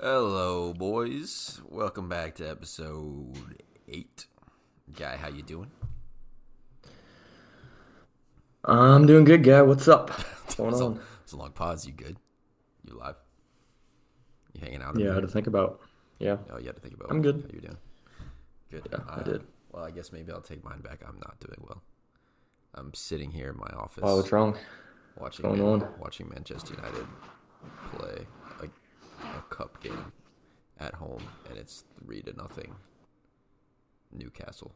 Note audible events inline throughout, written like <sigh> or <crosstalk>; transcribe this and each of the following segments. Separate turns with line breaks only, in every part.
Hello, boys. Welcome back to episode eight. Guy, how you doing? <laughs>
I'm doing good, guy.
<laughs>
What's up? What's going
It's a-
on?
It's a long pause. You good? You live? You hanging out?
Yeah, I
over
had
there?
to think about. Yeah.
Oh, you had to think about.
I'm good.
How you doing? Good. Uh,
Yeah, I did.
Well, I guess maybe I'll take mine back. I'm not doing well. I'm sitting here in my office
Wow, what's wrong?
watching
going
Man-
on?
watching Manchester United play a, a cup game at home, and it's three to nothing Newcastle,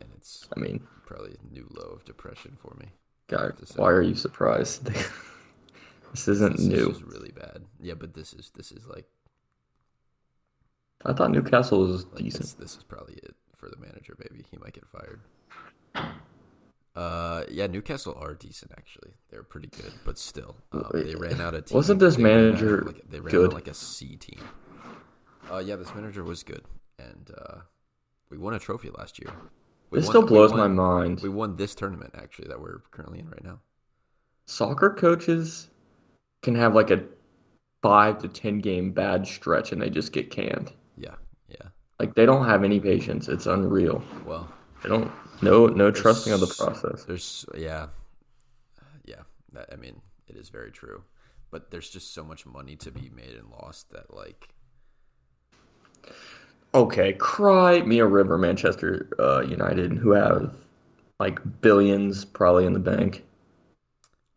and it's
I mean,
probably a new low of depression for me.
guy,
to say.
why are you surprised? <laughs> this isn't
This
new.
is really bad. Yeah, but this is this is like,
I thought Newcastle was
like this,
decent.
this is probably it for the manager. Maybe he might get fired. Uh, yeah, Newcastle are decent actually. They're pretty good, but still, um, they ran out of. Team,
Wasn't this
they ran out of,
manager
like, they ran out
good?
of, like a C team? Uh, yeah, this manager was good, and uh, we won a trophy last year. We
This
won-
still
we
blows my
won-
mind.
We won this tournament actually that we're currently in right now.
Soccer coaches can have like a five to ten game bad stretch and they just get canned.
Yeah, yeah.
Like they don't have any patience. It's unreal.
Well,
They don't no no trusting of the process.
There's yeah, yeah. That, I mean, it is very true. But there's just so much money to be made and lost that like
Okay, cry me a river, Manchester uh, United, who have like billions probably in the bank.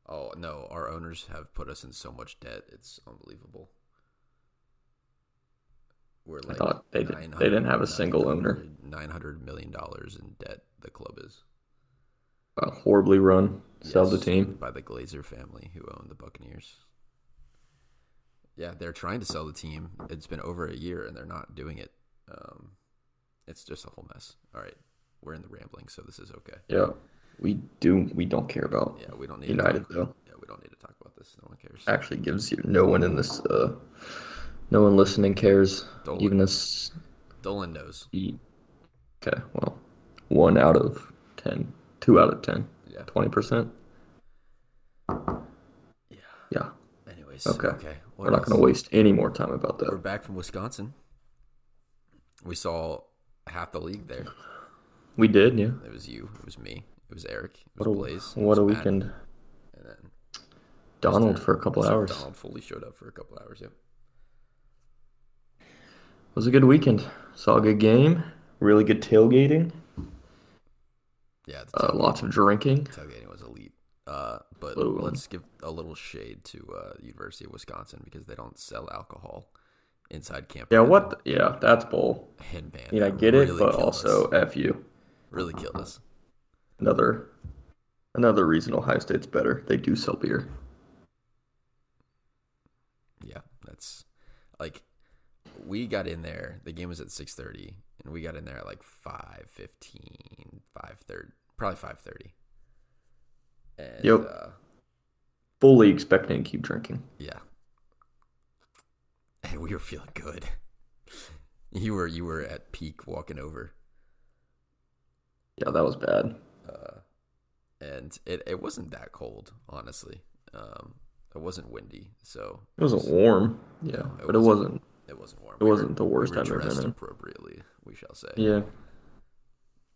oh no, our owners have put us in so much debt. It's unbelievable. We're like
thought they did- they didn't have a single owner.
Nine hundred million dollars in debt. The club is
Uh, horribly run, sell the
Yes,
team.
by the Glazer family who own the Buccaneers. Yeah, they're trying to sell the team. It's been over a year and they're not doing it. Um, it's just a whole mess. All right, we're in the rambling, so this is okay.
Yeah, we do. We don't care about
Yeah, we don't need
United
To talk,
though.
yeah, we don't need to talk about this. No one cares.
Actually, gives you no one in this. Uh, no one listening cares.
Don't-
Even this.
Dolan knows.
Okay, well, one out of ten, two out of ten,
Yeah.
twenty percent.
Yeah.
Yeah,
Anyways.
Okay.
Okay. What
we're not
else?
going to waste any more time about
We're
that.
back from Wisconsin. We saw half the league there.
We did, yeah.
It was you. It was me. It was Eric. It was
What a
Blaze. it
what
was
a
Matt,
weekend.
And then
Donald for a couple
So
hours.
uh, Donald Foley showed up for a couple hours. Yep.
It was a good weekend. Saw a good game. Really good tailgating.
Yeah. The
Uh,
tailgate-
lots of drinking.
tailgating was elite. Uh, but
Little one.
let's give a little shade to uh, the University of Wisconsin because they don't sell alcohol inside campus.
Yeah, what? The, yeah, that's bull.
And man,
I mean, I
that
get it,
really
but
killed us.
also f you.
really killed us.
Another, another reason Ohio State's better. They do sell beer.
Yeah, that's like we got in there. The game was at six thirty, and we got in there at like 5.15, 5.30, probably five thirty. And
Yep.
uh,
Fully expecting to keep drinking.
Yeah. And we were feeling good. You were you were at peak walking over.
Yeah, that was bad.
Uh and it, it wasn't that cold, honestly. Um it wasn't windy, so
It wasn't warm. Yeah,
it
but it wasn't.
it wasn't warm.
It wasn't the worst
we were
I've ever
dressed
been in.
appropriately, we shall say.
Yeah,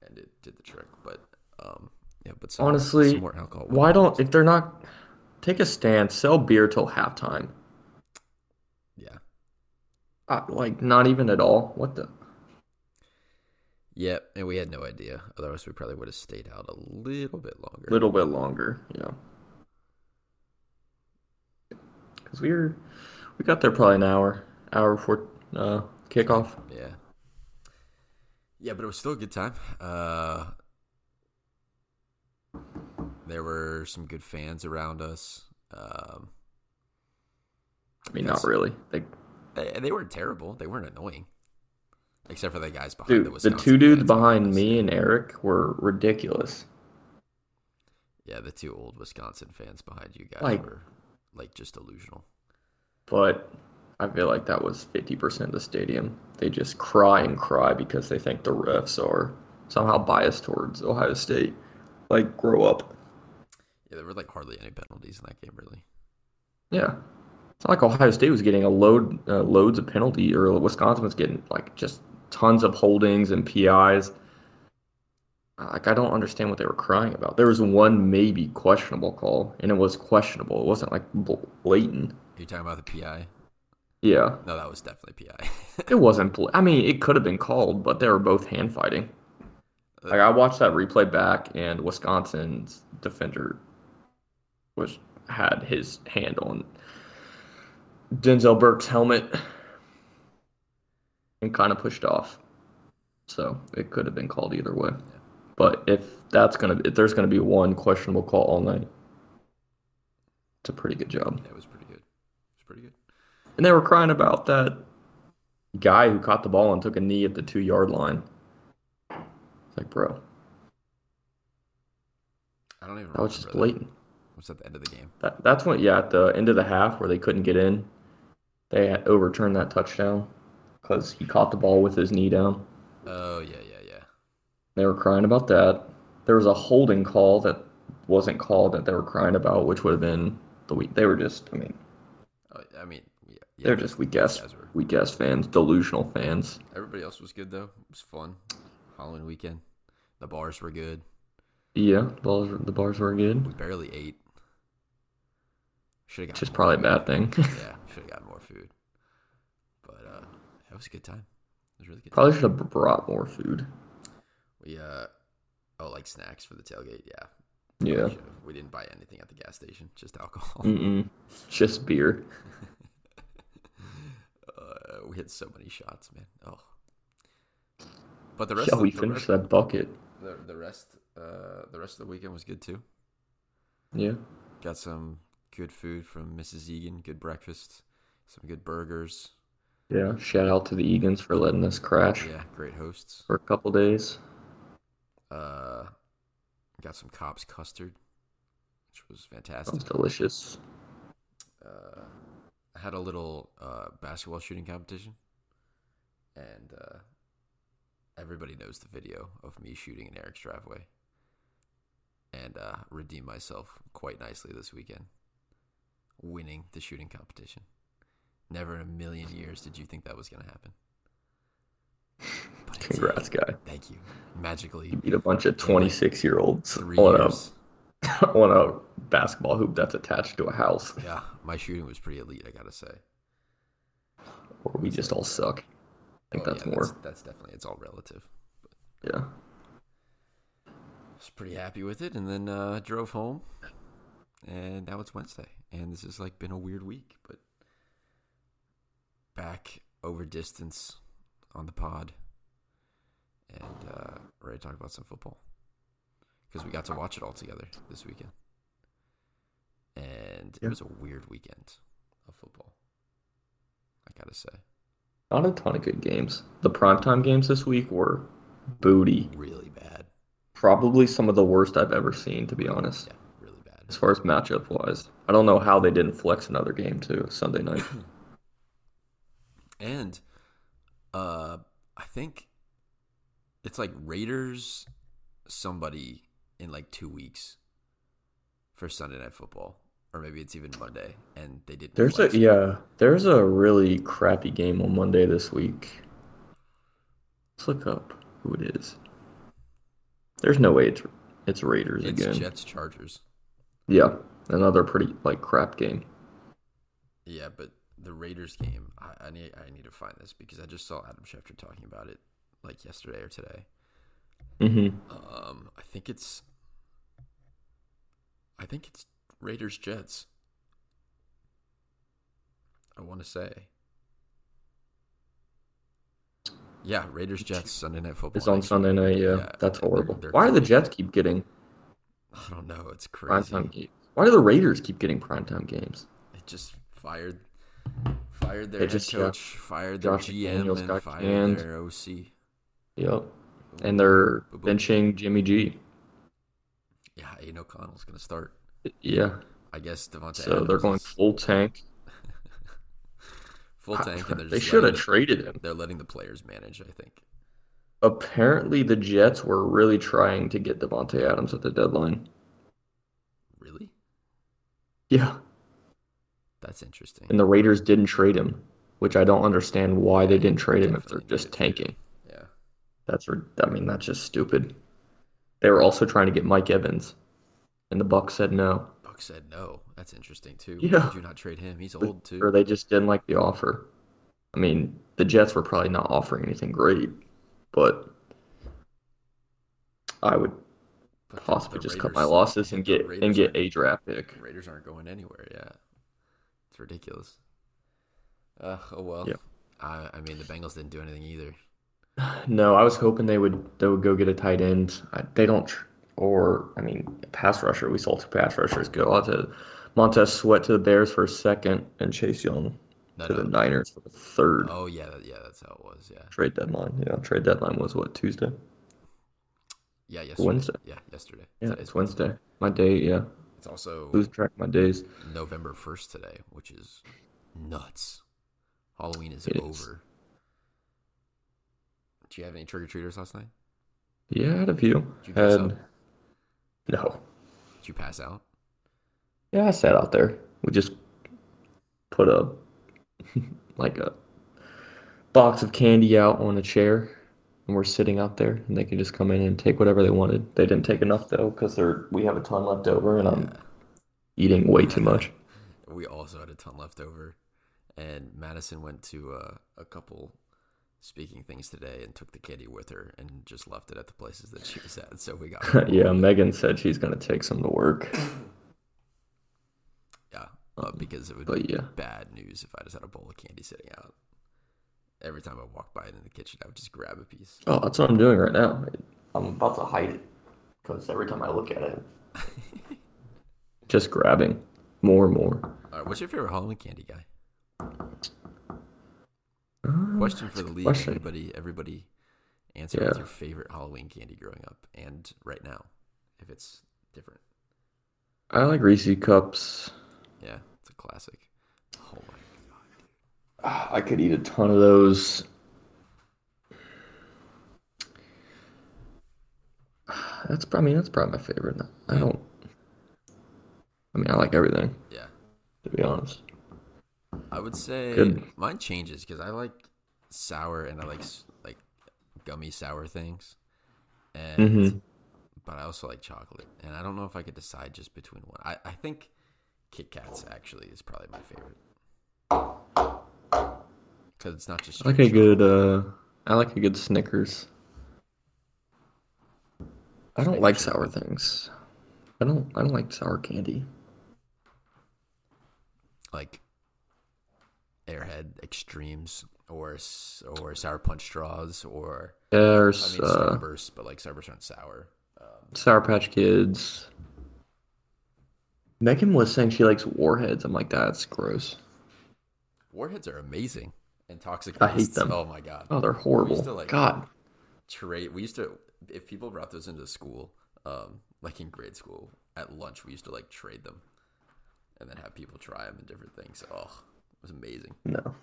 And it did the trick. But um yeah, but some,
honestly,
some more alcohol. would
why
have
don't
helped.
if they're not take a stand, sell beer till halftime?
Yeah.
Uh, like not even at all. What the?
Yeah, and we had no idea. Otherwise we probably would have stayed out a little bit longer.
little bit longer, yeah. Because we were, we got there probably an hour, hour before uh, kickoff.
Yeah. Yeah, but it was still a good time. Uh, there were some good fans around us. Um,
I mean,
Yes.
not really. Like,
they, they weren't terrible. They weren't annoying, except for the guys behind
dude,
the
the
Wisconsin
two dudes
fans behind
behind
us.
me and Eric were ridiculous.
Yeah, the two old Wisconsin fans behind you guys
Like-
were like just delusional.
But I feel like that was fifty percent of the stadium. They just cry and cry because they think the refs are somehow biased towards Ohio State. Like, grow up.
Yeah, there were like hardly any penalties in that game, really.
Yeah, It's not like Ohio State was getting a load uh, loads of penalty, or Wisconsin was getting like just tons of holdings and PIs. Like I don't understand what they were crying about. There was one maybe questionable call, and it was questionable. It wasn't like blatant.
You're talking about the PI?
Yeah,
No, that was definitely PI. <laughs>
it wasn't. Bl- I mean, it could have been called, but they were both hand fighting. Like I watched that replay back, and Wisconsin's defender was had his hand on Denzel Burke's helmet and kind of pushed off. So it could have been called either way. But if that's gonna, if there's gonna be one questionable call all night, it's a pretty good job.
Yeah, it was pretty good. It was pretty good.
And they were crying about that guy who caught the ball and took a knee at the two yard line. It's like, bro,
I don't even remember.
that was just
that.
blatant.
It was at the end of the game.
That, that's when, yeah, at the end of the half where they couldn't get in, they had overturned that touchdown because he caught the ball with his knee down.
Oh yeah, yeah, yeah.
They were crying about that. There was a holding call that wasn't called that they were crying about, which would have been the week. They were just, I mean,
Oh, I mean, yeah, yeah
they're
those-
just weak
those
ass,
guys were-
weak ass fans, delusional fans.
Everybody else was good though. It was fun. Halloween weekend. The bars were good.
Yeah, the bars, the bars were good,
We barely ate. Should have got.
which is
more
probably a
food.
bad thing. <laughs>
Yeah, should have got more food. But uh, it was a good time. It was a really good.
Probably should have brought more food.
Time. We uh, oh, like snacks for the tailgate. Yeah. we
Yeah. Mm.
should've. We didn't buy anything at the gas station. Just alcohol.
Mm-mm. Just beer.
<laughs> Uh, we had so many shots, man. Oh. But the rest.
Yeah,
of,
we
the, rest,
finished that bucket.
the, the rest. Uh, the rest of the weekend was good too.
Yeah.
Got some good food from Mrs. Egan. Good breakfast. Some good burgers.
Yeah. Shout out to the Eagans for letting us crash
Yeah, great hosts.
for a couple days.
Uh, got some cops custard, which was
That
fantastic.
was delicious.
Uh, I had a little uh, basketball shooting competition, and uh, everybody knows the video of me shooting in Eric's driveway, and uh, redeemed myself quite nicely this weekend, winning the shooting competition. Never in a million years did you think that was going to happen. But it did.
Congrats, guy.
Thank you. Magically,
You beat a bunch of 26 year olds
three
<laughs> on
years.
a, on a basketball hoop that's attached to a house,
Yeah, my shooting was pretty elite, I gotta say.
or we just all suck. I think
Oh,
that's
yeah,
more.
That's, that's definitely it's all relative.
Yeah.
I was pretty happy with it, and then uh, drove home, and now it's Wednesday, and this has like been a weird week, but back over distance on the pod, and uh, ready to talk about some football because we got to watch it all together this weekend, and it
Yeah.
was a weird weekend of football. I gotta say,
Not a ton of good games. The primetime games this week were booty.
really bad.
Probably some of the worst I've ever seen, to be honest.
Yeah, really bad.
as far as matchup wise. I don't know how they didn't flex another game too Sunday night.
And uh I think it's like Raiders somebody in like 2 weeks for Sunday night football or maybe it's even Monday and they didn't
<laughs> There's a
flex.
yeah, there's a really crappy game on Monday this week. Let's look up who it is. There's no way it's it's Raiders
it's
again.
Jets Chargers.
Yeah, another pretty like crap game.
Yeah, but the Raiders game, I, I need I need to find this because I just saw Adam Schefter talking about it like yesterday or today.
hmm
Um, I think it's, I think it's Raiders Jets. I want to say. Yeah, Raiders Jets Sunday Night Football.
It's on
next
Sunday
week.
night. Yeah,
Yeah,
that's
they're-
horrible.
they're
Why do the
crazy.
Jets keep getting
I don't know. It's crazy.
primetime games? Why do the Raiders keep getting primetime games?
It just fired, fired their
It
head
just, yeah.
coach, fired their
Josh
GM,
McDaniels
and
got
fired
canned.
their OC.
Yep, and they're
Boo-boo.
benching Jimmy G.
Yeah, Aiden O'Connell's gonna start.
Yeah,
I guess Devontae.
so they're
Adams <laughs>
going
is
full tank.
full tank, and they're
they
just
should have
letting the-
traded him.
they're letting the players manage. I think.
Apparently, the Jets were really trying to get Devonte Adams at the deadline.
Really?
Yeah,
That's interesting.
and the Raiders didn't trade him, which I don't understand why they didn't trade him if they're
Definitely
just
needed to trade him.
tanking.
Yeah.
That's rid- I mean that's just stupid. They were also trying to get Mike Evans, and the Bucks said no,
Buck said no. That's interesting too. Why
Yeah.
would you not trade him? He's old too.
or they just didn't like the offer. I mean the Jets were probably not offering anything great, but I would
But the-
possibly
the
just cut my
Raiders-
losses and
the
get and
Raiders
get
aren't-
a draft pick.
the Raiders aren't going anywhere yet. It's ridiculous. Uh, oh well.
Yeah.
I, I mean, the Bengals didn't do anything either.
No, I was hoping they would they would go get a tight end. I, they don't, tr- or I mean, a pass rusher. We saw two pass rushers go out to Montez Sweat to the Bears for a second, and Chase Young
No,
to the
no.
Niners for the third
Oh yeah, that- yeah. That's how it was. Yeah.
trade deadline. Yeah, trade deadline was what Tuesday,
Yeah. Yesterday.
Wednesday.
Yeah. Yesterday.
yeah,
Today's
it's Wednesday. My day, yeah,
It's also
losing track of my days.
November first today, which is nuts. Halloween is
It is.
over. Did you have any trick or treaters last night?
Yeah, I had a few.
Did you dress
Had
up?
no,
Did you pass out?
yeah, I sat out there. We just put a <laughs> like a box of candy out on a chair, and we're sitting out there, and they can just come in and take whatever they wanted. They didn't take enough though, because they're we have a ton left over, and I'm eating way too much. <laughs>
we also had a ton left over and madison went to uh, a couple speaking things today and took the candy with her and just left it at the places that she was at so we got
<laughs> Yeah, Megan said she's gonna take some to work,
yeah uh, because it would be
but yeah,
bad news if i just had a bowl of candy sitting out every time i walked by it in the kitchen i would just grab a piece
oh, that's what I'm doing right now. I'm about to hide it because every time I look at it, just grabbing more and more.
all right what's your favorite halloween candy guy
Um,
question for
that's a
the
good
league
question.
everybody everybody answer
Yeah.
what's your favorite halloween candy growing up and right now if it's different
I like Reese cups.
yeah it's a classic oh my god
Ah, I could eat a ton of those. Ah, That's, prob- I mean, that's probably my favorite. I don't, I mean, I like everything,
Yeah,
to be honest.
I would say
Good.
mine changes because I like sour and I like s- like gummy sour things, and
Mhm.
but I also like chocolate, and I don't know if I could decide just between one. I, I think Kit Kats actually is probably my favorite because it's not just
I like a
straight
good, uh, I like a good Snickers. I don't like sour things. I don't, I don't like sour candy.
chocolate, like Airhead Extremes or s- or sour punch straws or I
There's,
mean
uh,
Starburst, but like Starburst aren't sour. Um,
Sour Patch Kids. Megan was saying she likes warheads. I'm like, that's gross.
Warheads are amazing and toxic.
I hate
wastes.
them.
Oh my god.
Oh, they're
We
horrible.
used to, like-
God.
Trade. We used to if people brought those into school, um, like in grade school at lunch, we used to like trade them, and then have people try them and different things. Oh, it was amazing.
No,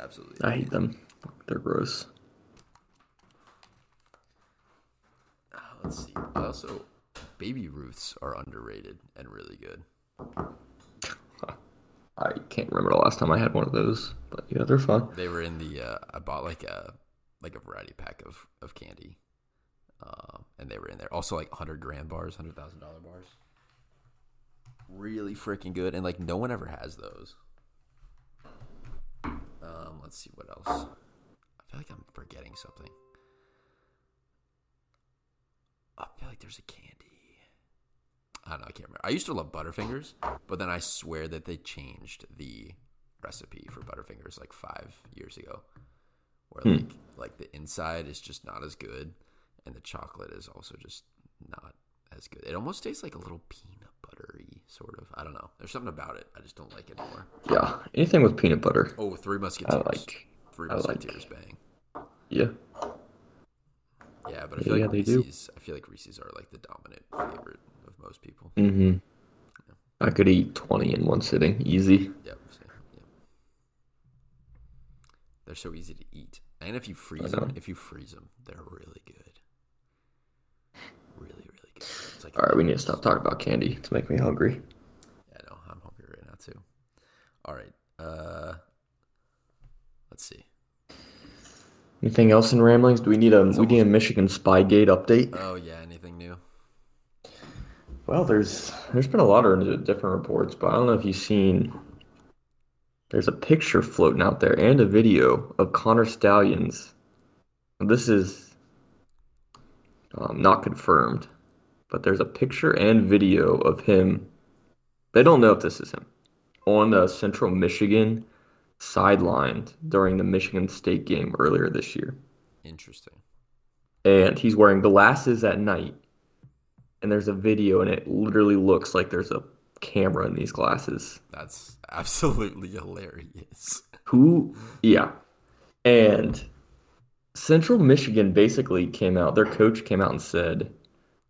Absolutely.
I hate them. They're gross.
Uh, let's see. I also, Baby Ruths are underrated and really good.
I can't remember the last time I had one of those, but yeah, they're fun.
They were in the. Uh, I bought like a like a variety pack of of candy, um, and they were in there. Also like hundred grand bars, hundred thousand dollar bars. Really freaking good, and like no one ever has those. Um, let's see what else. I feel like I'm forgetting something. I feel like there's a candy. I don't know. I can't remember. I used to love Butterfingers, but then I swear that they changed the recipe for Butterfingers like five years ago, where
Hmm.
like like the inside is just not as good, and the chocolate is also just not as good. It almost tastes like a little peanut buttery sort of. I don't know. There's something about it. I just don't like it anymore.
Yeah, anything with peanut butter,
Oh, Three
I
Musketeers.
like.
Three
I like-
Musketeers, bang.
Yeah,
Yeah, but I feel
Yeah,
like
they do.
Reese's. I feel like Reese's are like the dominant favorite of most people.
mm-hmm. I could eat 20 in one sitting, easy.
Yep. so- yep. They're so easy to eat, and if you freeze
know.
them, if you freeze them, they're really good. Really, really good. It's like
All right, we need to stop talking about candy. It's making me hungry.
Yeah, no, I'm hungry right now too. All right. Uh, let's see.
Anything else in ramblings? Do we need a we need a Michigan Spygate update?
Oh yeah, anything new?
Well, there's there's been a lot of different reports, but I don't know if you've seen. There's a picture floating out there and a video of Connor Stallions. This is um, not confirmed, but there's a picture and video of him. They don't know if this is him on the Central Michigan sidelined during the Michigan State game earlier this year,
Interesting.
and he's wearing glasses at night. And there's a video, and it literally looks like there's a camera in these glasses.
That's <laughs> absolutely hilarious.
Who? Yeah. And Central Michigan basically came out, their coach came out and said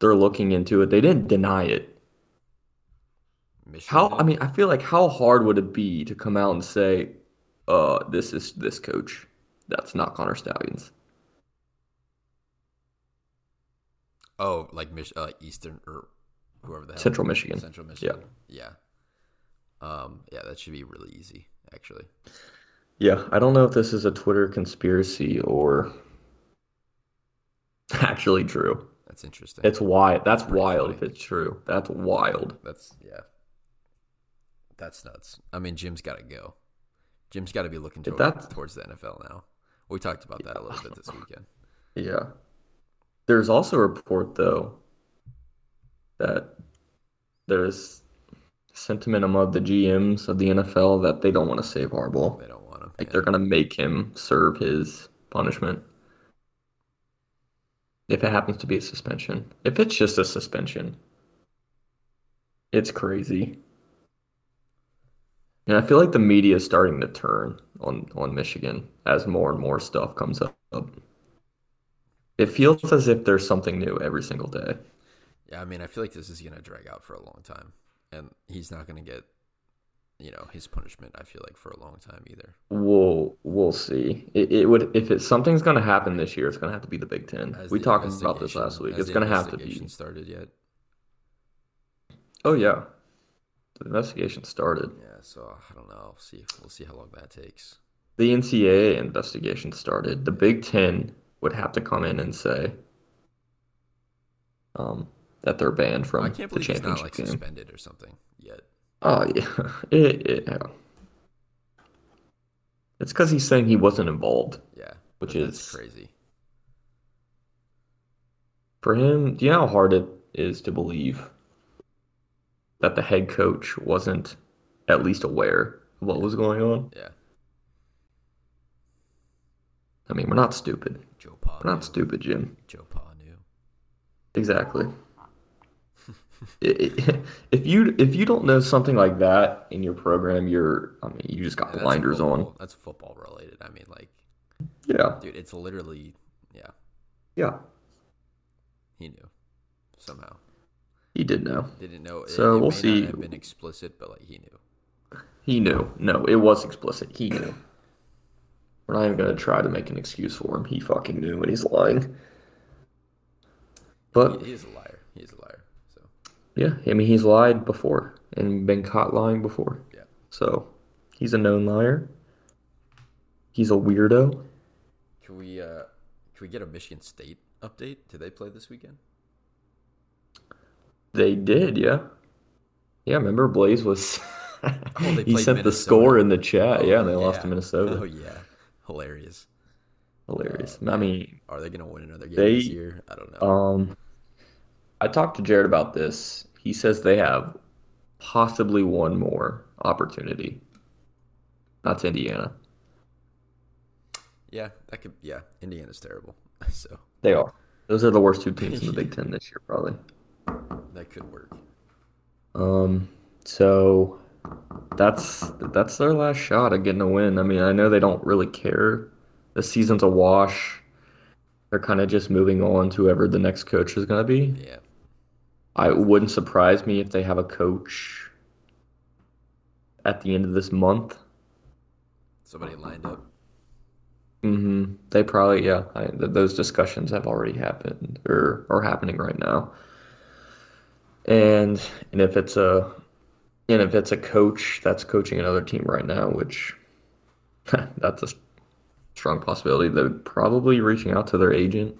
they're looking into it. They didn't deny it.
Michigan.
How, I mean, I feel like how hard would it be to come out and say, uh, this is this coach? That's not Connor Stallions.
Oh, like Mich- uh, Eastern or whoever the hell.
Central Michigan.
Central Michigan. Yeah. Um. Yeah, that should be really easy, actually.
Yeah, I don't know if this is a Twitter conspiracy or <laughs> actually true.
That's interesting.
It's wild. That's
pretty
wild if
funny.
it's true. That's wild.
That's yeah. That's nuts. I mean, Jim's got to go. Jim's got to be looking toward,
that's-
towards the NFL now. We talked about that a little bit this weekend.
Yeah. There's also a report, though, that there's sentiment among the GMs of the NFL that they don't want to save Harbaugh.
They don't want him.
Like
Yeah.
they're going to make him serve his punishment. If it happens to be a suspension. If it's just a suspension, it's crazy. And I feel like the media is starting to turn on, on Michigan as more and more stuff comes up. It feels as if there's something new every single day.
Yeah, I mean, I feel like this is going to drag out for a long time, and he's not going to get, you know, his punishment. I feel like for a long time either.
We'll we'll see. It, it would if it something's gonna happen this year, it's gonna have to be the Big Ten.
Has
we
the
talked about this
investigation-
last week.
has
It's
the
gonna have to
investigation
be.
started yet.
Oh yeah, the investigation started.
Yeah, so I don't know. We'll see. We'll see how long that takes.
The NCAA investigation started. The Big Ten would have to come in and say um, that they're banned from
I can't
the
believe he's not like
championship game.
suspended or something yet.
Oh yeah, <laughs> it, it, yeah. It's because he's saying he wasn't involved.
Yeah,
Which
but that's
is-
crazy.
For him, do you know how hard it is to believe that the head coach wasn't at least aware of what was going on?
Yeah,
I mean, we're not stupid.
Joe Pa.
We're
knew.
not stupid, Jim.
Joe Pa knew.
Exactly. <laughs> I- I- <laughs> if you if you don't know something like that in your program, you're I mean, you just got
Yeah, that's
blinders
football-
on.
That's football related. I mean, like,
Yeah.
dude, it's literally, yeah,
Yeah.
he knew somehow.
He did know.
Didn't know. It,
So
it
we'll
may
see.
Not have been explicit, but like he knew.
He knew. No, it was explicit. He knew. We're not even gonna try to make an excuse for him. He fucking knew and he's lying. But
He, he is a liar. He is a liar. So
Yeah, I mean he's lied before and been caught lying before.
Yeah.
So he's a known liar. He's a weirdo.
can we uh can we get a Michigan State update? Did they play this weekend?
They did, yeah. Yeah, remember Blaze was
<laughs> Oh, they
<laughs> he
played
sent the score
Minnesota.
in the chat. Uh, Yeah, and they
Oh,
lost to Minnesota.
Oh yeah, hilarious.
Hilarious. I mean,
Are they gonna win another game
They-
this year? I don't know.
um I talked to Jared about this. He says they have possibly one more opportunity. That's Indiana.
yeah, that could. Yeah, Indiana's terrible. <laughs> So
They are. Those are the worst two teams in the Big Ten this year, probably.
that could work.
Um, so that's that's their last shot at getting a win. I mean, I know they don't really care. The season's a wash. They're kind of just moving on to whoever the next coach is going to be.
Yeah.
I it wouldn't surprise me if they have a coach at the end of this month.
Somebody lined up.
Mm-hmm. They probably, yeah, I, th those discussions have already happened or are happening right now. And and if it's a And if it's a coach that's coaching another team right now, which <laughs> that's a strong possibility, they're probably reaching out to their agent,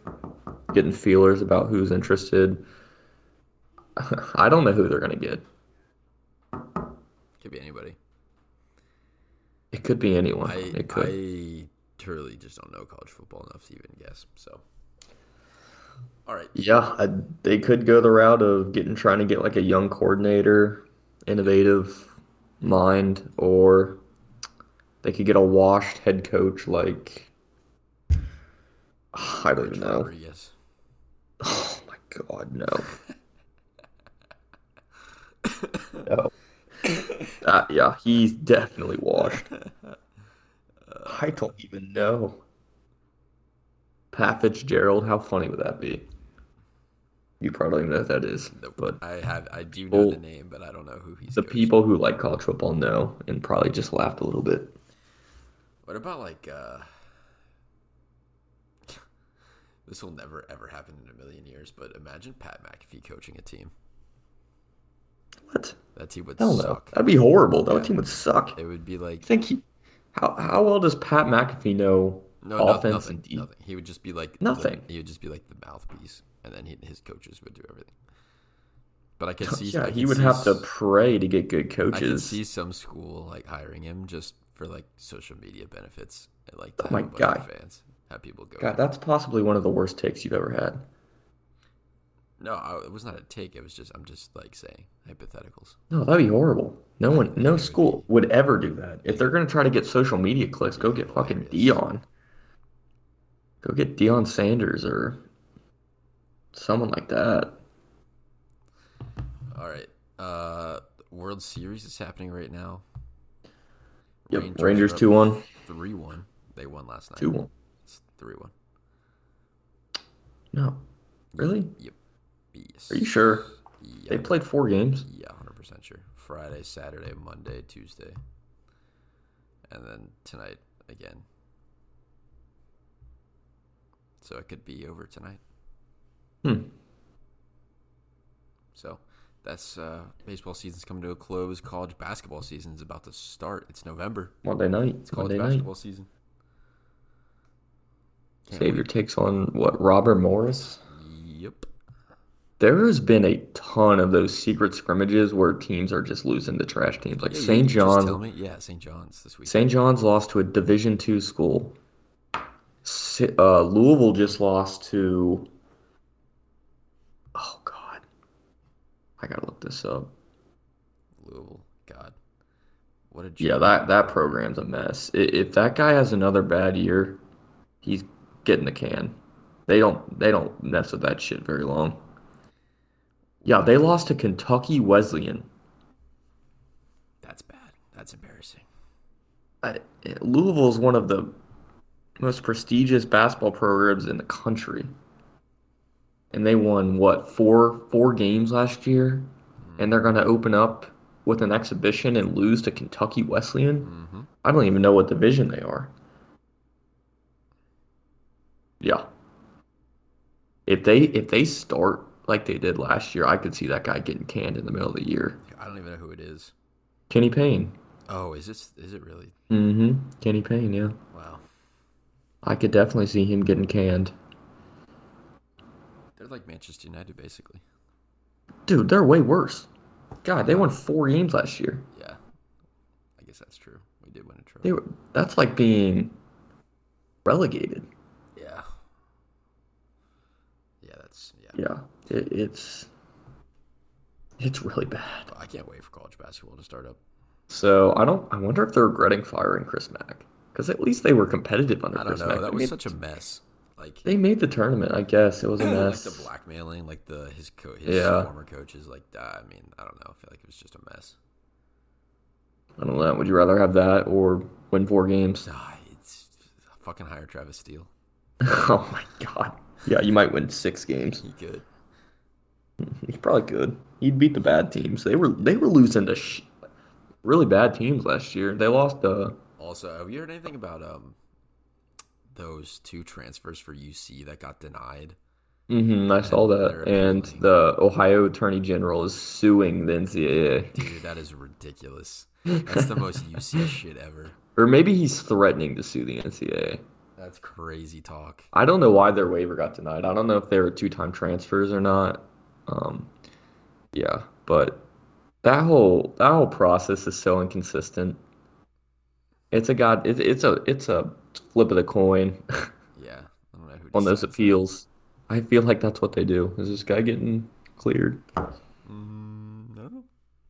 getting feelers about who's interested. <laughs> I don't know who they're going to get.
Could be anybody.
It could be anyone.
I
it could.
I truly just don't know college football enough to even guess. So, all right,
Yeah, I, they could go the route of getting trying to get like a young coordinator, innovative mind, or they could get a washed head coach like I don't
Rich
even know.
Rodriguez.
Oh my God, no. No. Uh, yeah, he's definitely washed. I don't even know. Pat Fitzgerald, how funny would that be? You probably don't even know who that is,
Nope.
but
I have I do know the
Oh.
name, but I don't know who he's.
the
coaching.
people who like college football know and probably just laughed a little bit.
What about like uh <laughs> this will never ever happen in a million years, but imagine Pat McAfee coaching a team.
What?
That team would
Hell no.
suck.
That'd be horrible. That
Yeah.
team would suck.
It would be like
think he, how how well does Pat McAfee know
no, no
offense
nothing,
and de-
nothing. He would just be like the-
Nothing.
he would just be like the mouthpiece, and then he, his coaches would do everything. But I
<laughs>
could see. I
Yeah, he
could
would
see
have to
s-
pray to get good
I could
coaches.
see some school like hiring him just for like social media benefits, and, like to
Oh
have
my
a bunch of
God.
fans have people go.
God, that's possibly one of the worst takes you've ever had.
No, I, it was not a take. It was just I'm just like saying hypotheticals.
No, that'd be horrible. No one,
it
no
would
school would ever do that. If they're gonna try to get social media clicks, go get fucking
Hilarious.
Dion. Go get Dion Sanders or someone like that.
All right. Uh, World Series is happening right now.
Yep, Rangers 2-1.
Three one. They won last night.
Two one.
It's three one.
No, really?
Yep. Yes.
Are you sure?
Yeah,
They played four games.
Yeah, hundred percent sure. Friday, Saturday, Monday, Tuesday, and then tonight again. So it could be over tonight.
Hmm.
So that's uh, baseball season's coming to a close. College basketball season's about to start. It's November.
Monday night.
It's college
Monday night.
basketball season. Can't
Save your takes on what Robert Morris.
Yep.
There has been a ton of those secret scrimmages where teams are just losing to trash teams. Like
Yeah, you
St.
just tell
John's,
me- Yeah, St. John's this week.
St. John's lost to a Division two school. Si- Uh, Louisville just lost to. Oh God, I gotta look this up.
Louisville. God. What a
Yeah,
joke.
that that program's a mess. I- If that guy has another bad year, he's getting the can. They don't they don't mess with that shit very long. Yeah, they lost to Kentucky Wesleyan.
That's bad. That's embarrassing.
I, Louisville is one of the most prestigious basketball programs in the country, and they won what four four games last year, and they're going to open up with an exhibition and lose to Kentucky Wesleyan.
Mm-hmm.
I don't even know what division they are. Yeah. If they if they start like they did last year, I could see that guy getting canned in the middle of the year.
I don't even know who it is.
Kenny Payne.
Oh, is this? Is it really?
Mm-hmm. Kenny Payne, yeah.
Wow.
I could definitely see him getting canned.
They're like Manchester United, basically.
Dude, they're way worse. God, they won four games last year.
Yeah. I guess that's true. We did win a trophy.
They were that's like being relegated.
Yeah. Yeah, that's yeah.
Yeah. It, it's it's really bad.
I can't wait for college basketball to start up.
So I don't. I wonder if they're regretting firing Chris Mack because at least they were competitive under
I don't
Chris
know.
Mack.
That
They
was
made-
such a mess. Like,
They made the tournament. I guess it was
<clears throat>
a
like
mess.
the blackmailing, like the his co- his
Yeah.
former coaches. Like, uh, I mean, I don't know. I feel like it was just a mess.
I don't know. Would you rather have that or win four games?
Ah, it's fucking hire Travis Steele.
<laughs> oh my god. Yeah, you might win six games.
He could.
You probably could. He'd beat the bad teams. They were they were losing to sh- really bad teams last year. They lost. Uh,
Also, have you heard anything about um those two transfers for UC that got denied?
hmm I saw that. And the Ohio Attorney General is suing the NCAA.
Dude, that is ridiculous. That's the most UC shit ever.
Or maybe he's threatening to sue the NCAA.
That's crazy talk.
I don't know why their waiver got denied. I don't know if they were two-time transfers or not. Um, yeah, but that whole that whole process is so inconsistent. It's a god. It, it's a it's a flip of the coin <laughs>
Yeah. I don't know who
on
decides
those
that.
appeals. I feel like that's what they do. Is this guy getting cleared?
Mm, I don't know.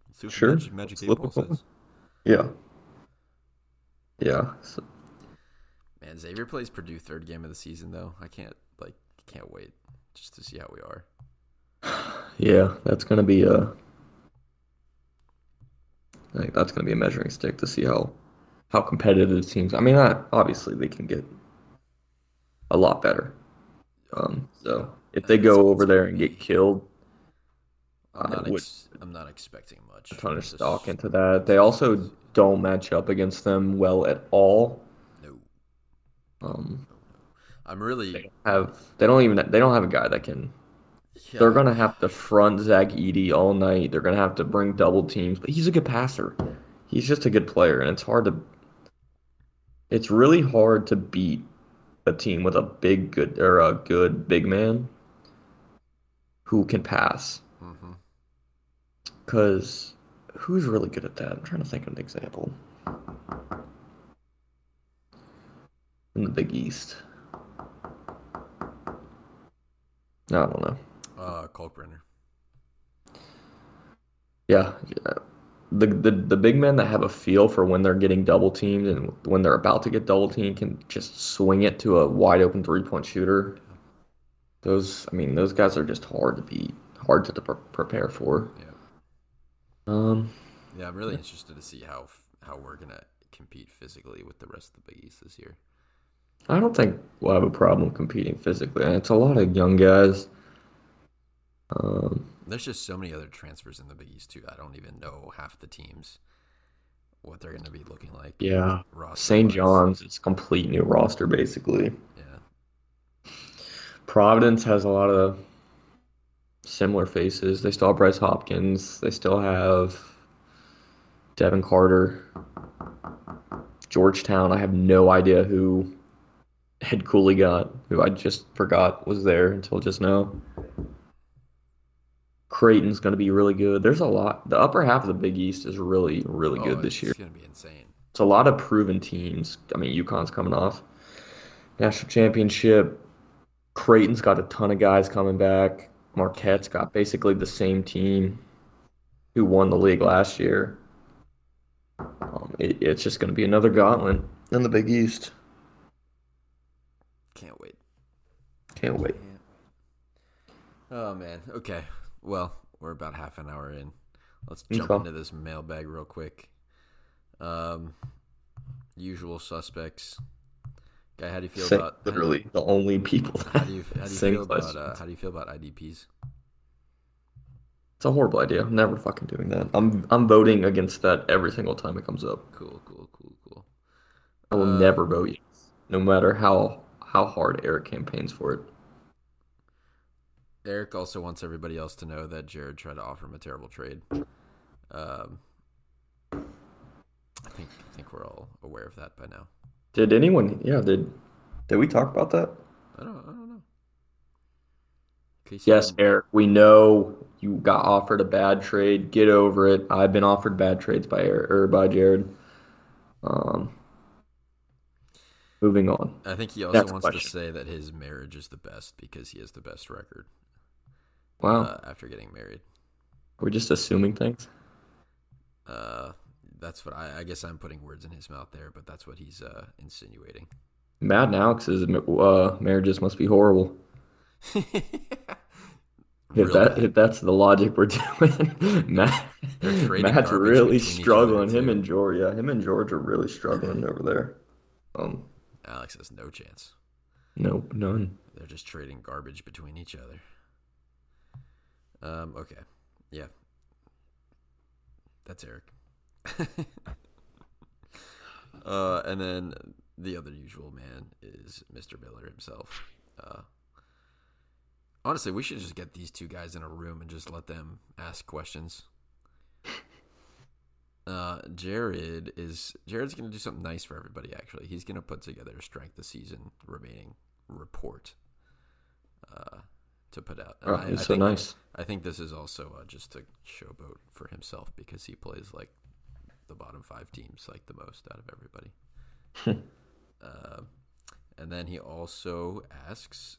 Let's see what the
Sure.
Magic, Magic
Let's
Eight
look
Ball
at them.
says.
Yeah. Yeah. So,
Man, Xavier plays Purdue third game of the season though. I can't like can't wait just to see how we are.
yeah, that's gonna be a. I think that's gonna be a measuring stick to see how how competitive teams. I mean, I, obviously they can get a lot better. Um, so if they
And it's-
go over
it's gonna
there and
be-
get killed,
I'm
I
not,
would-
ex- I'm not expecting much.
a ton of
Just-
stock into that. They also don't match up against them well at all.
No,
Um,
I'm really.
have they don't even they don't have a guy that can.
Yeah,
They're gonna have to front Zach Eady all night. They're gonna have to bring double teams, but he's a good passer. He's just a good player, and it's hard to. It's really hard to beat a team with a big good or a good big man who can pass.
mhm.
Cause who's really good at that? I'm trying to think of an example. In the Big East. I don't know.
Uh, Kalkbrenner.
Yeah. yeah. The, the the big men that have a feel for when they're getting double teamed and when they're about to get double teamed can just swing it to a wide open three point shooter. Those I mean those guys are just hard to beat, hard to pre- prepare for.
Yeah,
Um,
yeah. I'm really interested to see how f- how we're gonna compete physically with the rest of the Big East this year.
I don't think we'll have a problem competing physically. And it's a lot of young guys. Um,
There's just so many other transfers in the Big East too. I don't even know half the teams what they're gonna be looking like.
yeah.
Ross
St. John's, it's a complete new roster basically.
Yeah.
Providence has a lot of similar faces. They still have Bryce Hopkins. They still have Devin Carter. Georgetown, I have no idea who Ed Cooley got, who I just forgot was there until just now. Creighton's going to be really good. There's a lot. The upper half of the Big East is really, really
Oh,
good this year.
It's gonna be insane.
It's a lot of proven teams. I mean, UConn's coming off national championship. Creighton's got a ton of guys coming back. Marquette's got basically the same team who won the league last year. Um, it, it's just going to be another gauntlet in the Big East.
Can't wait.
Can't wait.
Oh man. Okay. Well, we're about half an hour in. Let's
Okay.
jump into this mailbag real quick. Um, usual suspects. Guy, how do you feel
Say
about
literally the only people
How <laughs>
that
do you how do you
send
feel about uh,
questions.
how do you feel about IDPs?
It's a horrible idea. I'm never fucking doing that. I'm I'm voting against that every single time it comes up.
Cool, cool, cool, cool.
I will
Uh,
never vote yes, no matter how how hard Eric campaigns for it.
Eric also wants everybody else to know that Jared tried to offer him a terrible trade. Um, I think I think we're all aware of that by now.
Did anyone? Yeah, did did we talk about that?
I don't I don't know. Casey um,
Yes, Eric. We know you got offered a bad trade. Get over it. I've been offered bad trades by Eric or by Jared. Um, moving on.
I think he also
That's a
wants to
question.
say that his marriage is the best because he has the best record
Wow,
uh, after getting married.
we're just assuming things.
Uh, that's what I, I guess I'm putting words in his mouth there, but that's what he's uh, insinuating.
Matt and Alex's uh, marriages must be horrible. If
Real
that
bad.
if that's the logic we're <laughs> doing, Matt,
They're trading
Matt's
garbage
really
between each other,
struggling. Him
too.
and George, yeah, him and George are
<laughs>
really struggling over there. Um,
Alex has no chance.
no, none.
They're just trading garbage between each other. Um, okay. Yeah. That's Eric. <laughs> uh, and then the other usual man is Mr. Miller himself. Uh, Honestly, we should just get these two guys in a room and just let them ask questions. Uh, Jared is Jared's going to do something nice for everybody. Actually, he's going to put together a strength of season remaining report uh, to put out. And
Oh,
Uh, I-
it's
I
so
think-
nice.
I think this is also uh, just to showboat for himself because he plays like the bottom five teams like the most out of everybody. uh, and then he also asks,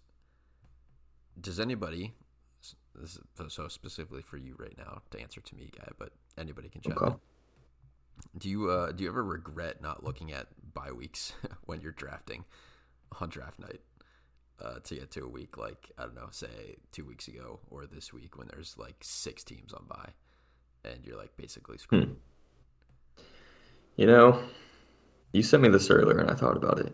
"Does anybody?" s- This is so- so specifically for you right now to answer to me, guy, but anybody can chime
Okay.
in. Do you uh, do you ever regret not looking at bye weeks <laughs> when you're drafting on draft night? uh, to get to a week like I don't know, say two weeks ago or this week when there's like six teams on by, and you're like basically screwed.
You know, you sent me this earlier and I thought about it.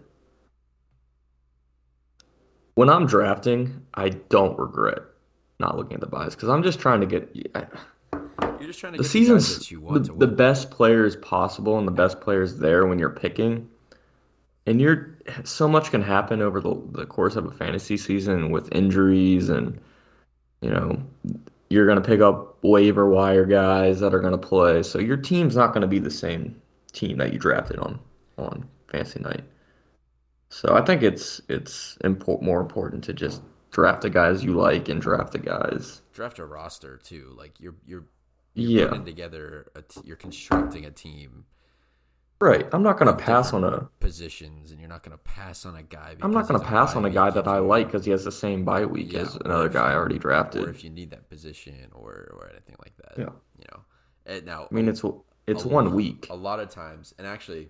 When I'm drafting, I don't regret not looking at the buys because I'm just trying to get I,
You're just trying to get the
the
guys
season's
that you want
the,
to
the
win.
best players possible and the best players there when you're picking. And you're so much can happen over the, the course of a fantasy season with injuries and you know you're going to pick up waiver wire guys that are going to play. So your team's not going to be the same team that you drafted on on fantasy night. So I think it's it's import, more important to just draft the guys you like and draft the guys.
Draft a roster too. Like you're you're, you're
Yeah.
putting together. A t- you're constructing a team
Right. I'm not going to
Different
pass on a
positions, and you're not going to pass on a guy.
I'm not
because
going
he's
to pass
bye
on a
week
guy
if
that I
you-
like because he has the same bye week
Yeah,
as
or
another
if-
guy I already
or
drafted.
if you need that position or or anything like that.
Yeah.
You know. And now
I mean, it's it's
a
one
lot-
week.
A lot of times, and actually,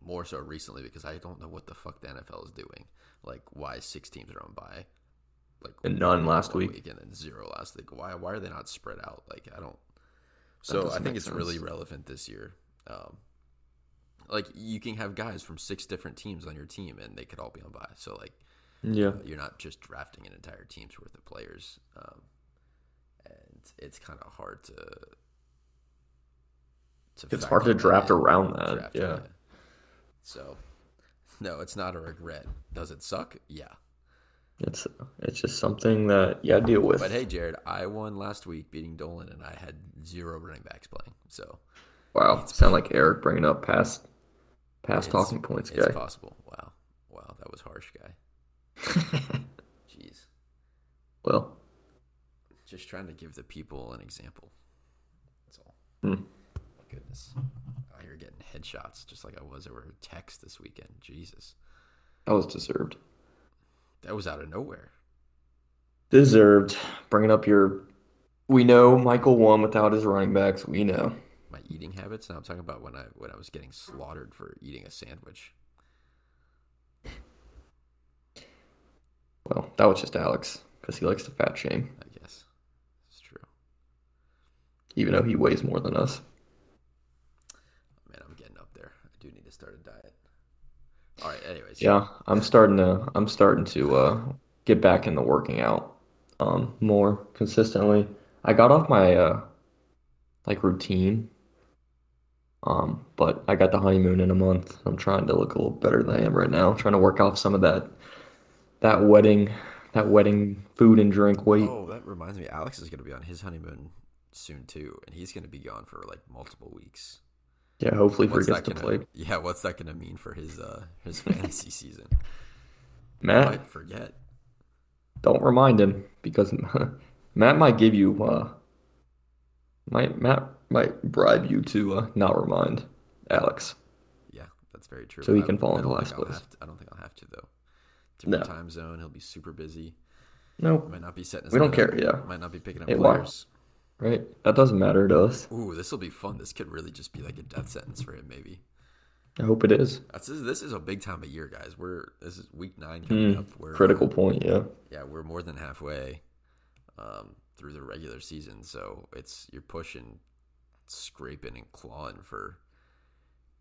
more so recently because I don't know what the fuck the NFL is doing. Like, why six teams are on by, like
And none
one
last
one
week.
and then zero last week. Why? Why are they not spread out? Like, I don't. So I
doesn't
think
make
it's really
sense.
relevant this year. Um, like you can have guys from six different teams on your team, and they could all be on by. So like
Yeah.
you're not just drafting an entire team's worth of players, um, and it's kind of hard to. to
It's
factor
hard to
that
draft
in.
around that.
Draft,
yeah.
So, no, it's not a regret. Does it suck? Yeah.
<laughs> It's it's just something that you got to deal with.
But hey, Jared, I won last week beating Dolan, and I had zero running backs playing. So
wow. Sound like Eric bringing up past past
it's-
talking points,
It's
guy.
possible. Wow. Wow, that was harsh, guy. Jeez.
<laughs> well,
Just trying to give the people an example. That's all.
Hmm.
My goodness. Out here getting headshots, just like I was over text this weekend. Jesus.
that was deserved.
That was out of nowhere.
Deserved. Bringing up your. We know Michael won without his running backs. We know.
My eating habits. Now I'm talking about when I when I was getting slaughtered for eating a sandwich.
Well, that was just Alex because he likes to fat shame,
I guess it's true.
even though he weighs more than us.
Man, I'm getting up there. I do need to start a diet. All right. Anyways,
Yeah, I'm starting to I'm starting to uh, get back into working out um, more consistently. I got off my uh, like routine, um, but I got the honeymoon in a month. I'm trying to look a little better than I am right now. trying to work off some of that that wedding that wedding food and drink weight.
Oh, that reminds me. Alex is going to be on his honeymoon soon too, and he's going to be gone for like multiple weeks.
Yeah, hopefully
What's
forgets
that
to
gonna?
play.
Yeah, what's that going to mean for his uh
<laughs>
his fantasy season?
Matt,
Might forget.
don't remind him because <laughs> Matt might give you uh might Matt might bribe you to uh, not remind Alex.
Yeah, that's very true.
So he
I-
can fall
I
into
don't
last
think I'll
place.
have to- I don't think I'll have to though. Different
No.
time zone. He'll be super busy.
No,
Might not be setting. his
we don't
lineup.
care. Yeah,
Might not be picking up
Hey, why-
players.
right. That doesn't matter to us.
Ooh, this will be fun. This could really just be like a death sentence for him, maybe.
I hope it is.
That's this, this is a big time of year, guys. We're this is week nine coming
Mm,
up. We're
Critical point. Yeah.
Yeah, we're more than halfway um, through the regular season, so it's you're pushing, scraping, and clawing for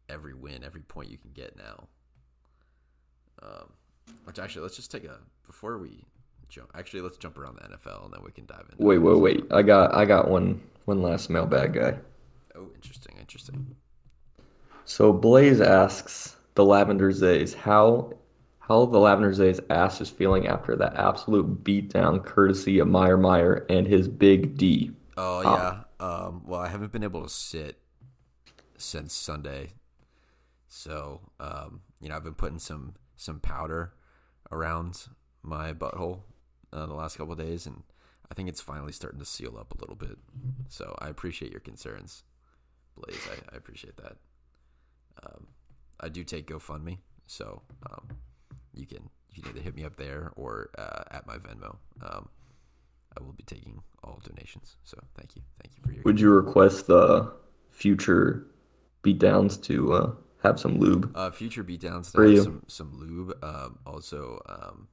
every win, every point you can get now. Um, which actually, let's just take a before we jump. Actually, let's jump around the NFL and then we can dive into.
Wait, wait, wait. I got I got one one last mailbag guy.
Oh, interesting, interesting.
So Blaze asks the Lavender Zays, how How the Lavender Zay's ass is feeling after that absolute beatdown courtesy of Meyer Meyer and his big D.
Oh
Ah.
yeah. Um, well, I haven't been able to sit since Sunday, so um, you know I've been putting some some powder around my butthole uh, the last couple of days, and I think it's finally starting to seal up a little bit. So I appreciate your concerns, Blaze. I, I appreciate that. Um, I do take GoFundMe, so um, you can you can either hit me up there or uh, at my Venmo. Um, I will be taking all donations. So thank you, thank you for your.
Would you request the future beatdowns to uh, have some lube?
Uh, future beatdowns
For
to
you.
have some, some lube. Um, also, um,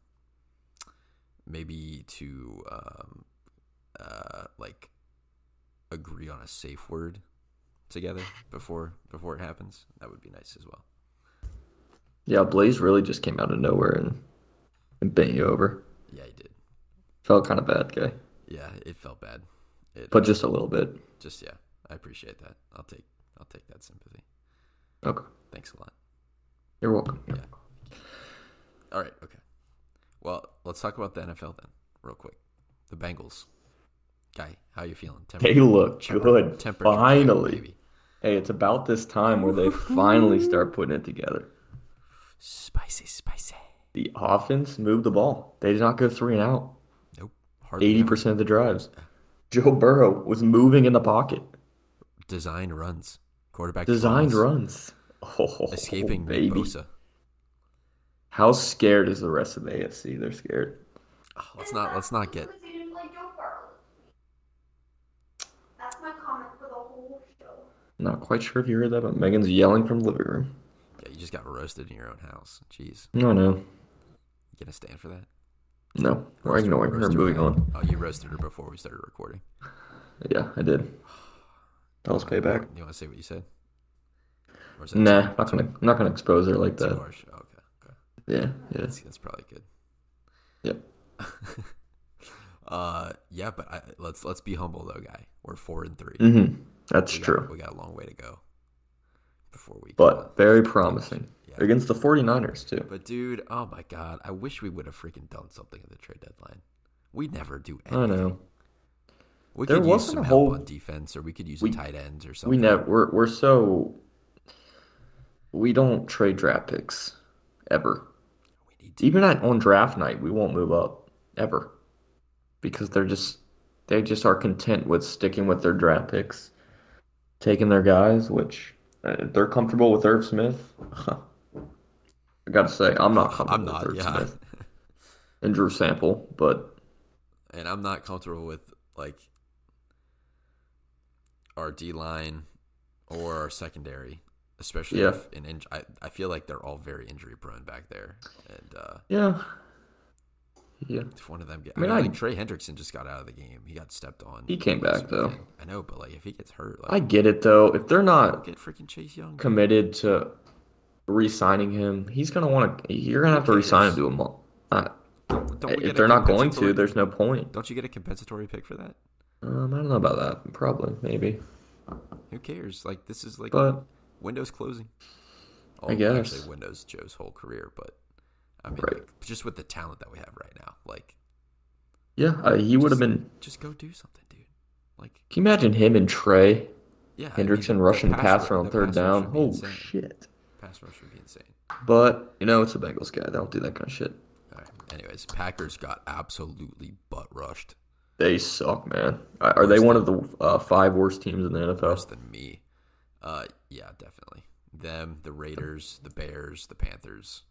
maybe to um, uh, like agree on a safe word together before before it happens. That would be nice as well.
Yeah, Blaze really just came out of nowhere and, and bent you over.
Yeah, I did.
Felt kind of bad, guy,
Yeah, it felt bad. It, uh,
but just a little bit.
just yeah, I appreciate that. I'll take I'll take that sympathy.
Okay,
Thanks a lot.
you're welcome.
Yeah. All right. Okay. Well, let's talk about the NFL then, real quick. The Bengals. Guy, how you feeling? Temper-
They look good.
Temper.
Finally. Hey, it's about this time
<laughs>
where they finally start putting it together.
Spicy, spicy.
The offense moved the ball. They did not go three and out.
Nope. Hardly
Eighty
ever.
percent of the drives. Joe Burrow was moving in the pocket.
Designed runs. Quarterback.
Designed
draws.
runs. Oh,
Escaping Nick
baby.
Bosa.
How scared is the rest of the AFC? They're scared.
Oh, let's not. Let's not get.
Because you didn't play Joe Burrow this week. That's my comment for the whole show.
Not quite sure if you heard that, but Megan's yelling from the living room.
Yeah, you just got roasted in your own house. Jeez,
No, no,
you gonna stand for that?
no. We're
Roast her-
ignoring her.
roast her
Moving
back.
on.
Oh, you roasted her before we started recording.
Yeah, I did. <sighs> That was payback.
You want to say what you said? Or is that
Nah,
too-
not gonna, not gonna expose her like
too
that.
harsh? Oh, okay. okay.
Yeah, yeah,
That's, that's probably good.
yeah.
Uh, yeah, but I, let's let's be humble though, guy. We're four and 3
hmm That's
we got,
true.
We got a long way to go before we.
but very promising
Yeah.
against the 49ers too.
but dude, oh my god, I wish we would have freaking done something at the trade deadline. We never do anything.
I know.
We
There
could use
wasn't
some
a
help
whole-
on defense, or we could use
We-
a tight end or something.
We never we're, we're so we don't trade draft picks ever.
We need to.
Even at on draft night, we won't move up ever because they're just they just are content with sticking with their draft picks, taking their guys, which uh, if they're comfortable with Irv Smith. <laughs> I gotta say, I'm not comfortable
I'm not.
with Irv
Yeah.
Smith and Drew Sample, but
<laughs> and I'm not comfortable with like our D line or our secondary, especially
Yeah.
if an inj- I I feel like they're all very injury prone back there, and uh,
yeah, yeah.
if one of them get, I,
I mean,
mean,
I-
like Trey Hendrickson just got out of the game. He got stepped on.
He came
last
back, though.
weekend. I know, but like if he gets hurt,
I
like
get it though. If they're
don't
not
get freaking Chase Young.
committed to re-signing him, he's gonna want to. You're gonna have to
Who
re-sign him
cares?
to a month. Uh,
Don't we get
if
a
they're not going
compensatory-
to, there's no point.
don't you get a compensatory pick for that?
Um, I don't know about that. Probably, maybe,
Who cares? Like this is like
but
Windows closing.
I guess.
actually Windows Joe's whole career, but I mean,
Right.
like, just with the talent that we have right now, like
yeah, uh, he would have
Just-
been.
just go do something, dude. Like
Can you imagine him and Trey
yeah, I mean, the
Hendrickson rushing the
ru-
passer on
the
third
pass rush
down?
would be
Oh
insane.
shit!
Pass rush would be insane.
But you know, it's a Bengals guy. They don't do that kind of shit.
All right. Anyways, Packers got absolutely butt rushed.
They suck, man. Are are they
Worse
one of the uh, five worst teams in the
Worse
NFL?
than me. Uh, yeah, definitely. Them, the Raiders, the Bears, the Panthers,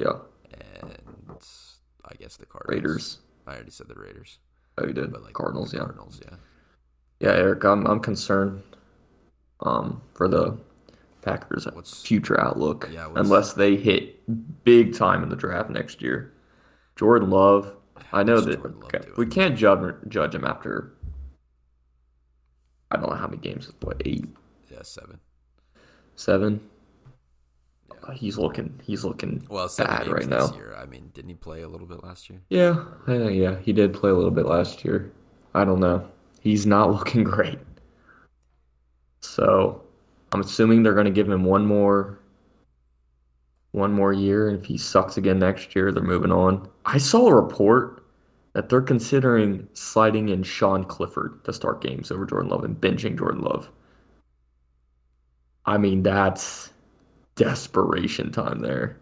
Yeah,
and I guess the Cardinals.
Raiders.
I already said the Raiders,
Oh, you did.
but like
Cardinals, yeah.
Cardinals, yeah.
Yeah, Eric, I'm I'm concerned um for the Packers'
What's-
future outlook
Yeah, what's-
unless they hit big time in the draft next year. Jordan Love, I know
What's
that
Jordan Love
okay,
doing?
we can't judge judge him after I don't know how many games, what, eight,
Yeah, seven.
seven? Uh, He's looking he's looking
Well, seven
bad
games
right
this
now.
year. I mean, didn't he play a little bit last year? <laughs>
Yeah, yeah, yeah, he did play a little bit last year. I don't know. He's not <laughs> looking great. So I'm assuming they're going to give him one more one more year, and if he sucks again next year, they're moving on. I saw a report that they're considering sliding in Sean Clifford to start games over Jordan Love and benching Jordan Love. I mean, that's desperation time there.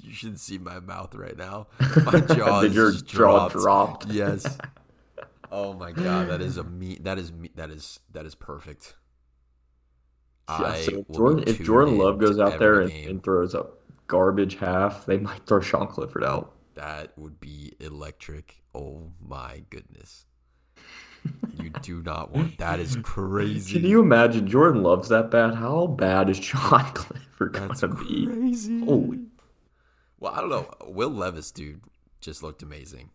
You should see my mouth right now.
<laughs>
My jaw
Did
is
your
just
jaw
dropped.
dropped? <laughs>
Yes. Oh my god, that is a me. That is me. That is that is perfect.
Yeah, so if
will be
Jordan, if
tuned
Jordan
in
Love goes
to
out there
every
and,
game.
and throws a garbage half, they <laughs> might throw Sean Clifford out.
that would be electric. Oh my goodness. You do not want that
<laughs>
is crazy.
Can you imagine Jordan Love's that bad? How bad is <laughs> Sean Clifford going
That's
to be? Oh.
crazy.
Holy-
Well, I don't know. Will Levis, dude, just looked amazing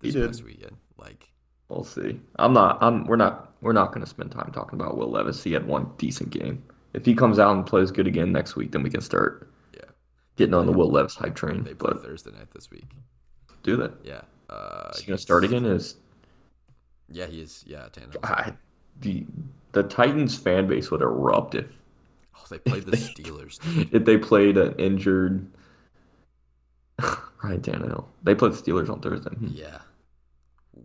He
this
did.
past weekend. Like,
We'll see. I'm not. I'm. We're not. We're not going to spend time talking about Will Levis. He had one decent game. If he comes out and plays good again next week, then we can start
yeah,
getting on the Will Levis hype train.
they play
But
Thursday night this week.
do that.
Yeah. Uh,
Is he going to start again? Is
Yeah, he is. Yeah, Tannehill.
I, the the Titans fan base would erupt if
Oh, they played
<laughs>
the Steelers. dude.
if they played an injured <sighs> Ryan Tannehill. They played the Steelers on Thursday. Hmm.
Yeah.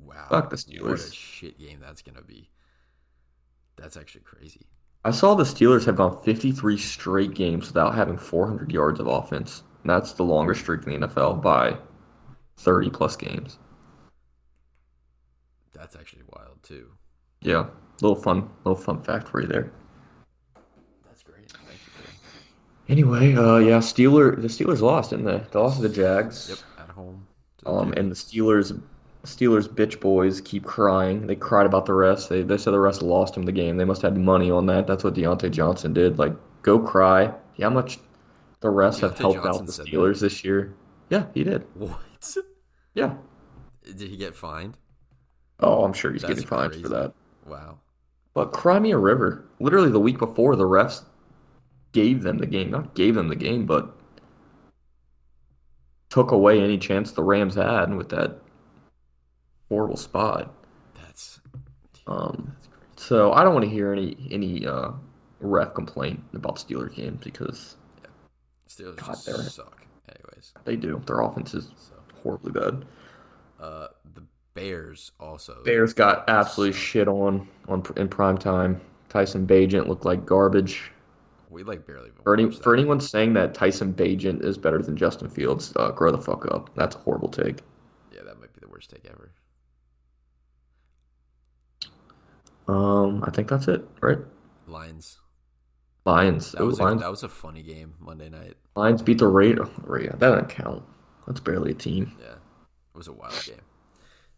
Wow.
Fuck the
What
Steelers.
a shit game that's gonna be. That's actually crazy.
I saw the Steelers have gone 53 straight games without having 400 yards of offense. And that's the longest streak in the NFL by 30 plus games.
That's actually wild too.
Yeah, little fun, little fun fact for you there.
That's great. Thank you. For that.
Anyway, uh, yeah, Steeler. The Steelers lost, didn't they? They lost to the Jags.
Yep. At home. to the
Um,
Jets. <laughs>
and the Steelers, Steelers bitch boys keep crying. They cried about the rest. They they said the rest lost them the game. They must have had money on that. That's what Deontay Johnson did. Like, go cry. See how much the rest have
Deontay
helped
Johnson
out the
said that?
Steelers this year. Yeah, he did.
what?
Yeah.
Did he get fined?
Oh, I'm sure he's
That's
getting fined for
crazy.
that.
Wow.
But cry me a river. Literally the week before, the refs gave them the game. Not gave them the game, but took away any chance the Rams had with that horrible spot.
That's. dude,
Um,
that's crazy.
So I don't want to hear any any uh, ref complaint about Steelers games because
Steelers
God,
just
they're-
suck. Anyways,
they do. Their offense is
so
horribly bad.
uh, the Bears also.
Bears got absolutely shit on on in prime time. Tyson Bajent looked like garbage.
We like barely. Even
For, any,
watched
for
that.
anyone saying that Tyson Bajent is better than Justin Fields, uh, grow the fuck up. That's a horrible take.
Yeah, that might be the worst take ever.
Um, I think that's it, right?
Lions.
Lions.
That
Ooh,
was a,
Lions.
that was a funny game Monday night.
Lions beat the Raiders. That doesn't count. That's barely a team.
Yeah, it was a
<sighs>
wild game.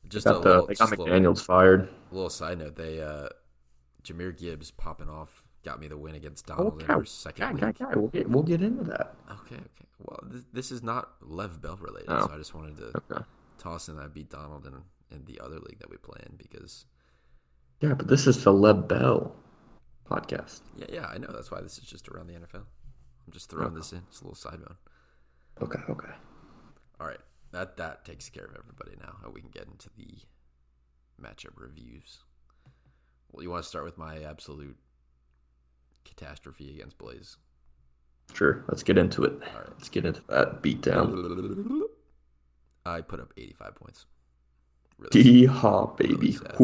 Just a
Got the,
little,
they got
just a little,
McDaniels fired.
little side note. They uh, Jameer Gibbs popping off got me the win against Donald
Okay,
in our second
guy,
week.
guy, guy. We'll get we'll get into that.
Okay, okay. Well, this, this is not Lev Bell related,
No.
so I just wanted to
Okay.
toss in that I beat Donald in, in the other league that we play in because
Yeah, but this is the Leb Bell podcast.
yeah, yeah, I know that's why this is just around the NFL. I'm just throwing this in. It's a little side note.
Okay, okay.
All right, that that takes care of everybody now. How we can get into the matchup reviews. Well, you want to start with my absolute catastrophe against Blaze.
Sure. Let's get into it.
All right.
Let's get into that beatdown.
I put up 85 points. Really?
D Hop, baby.
sad.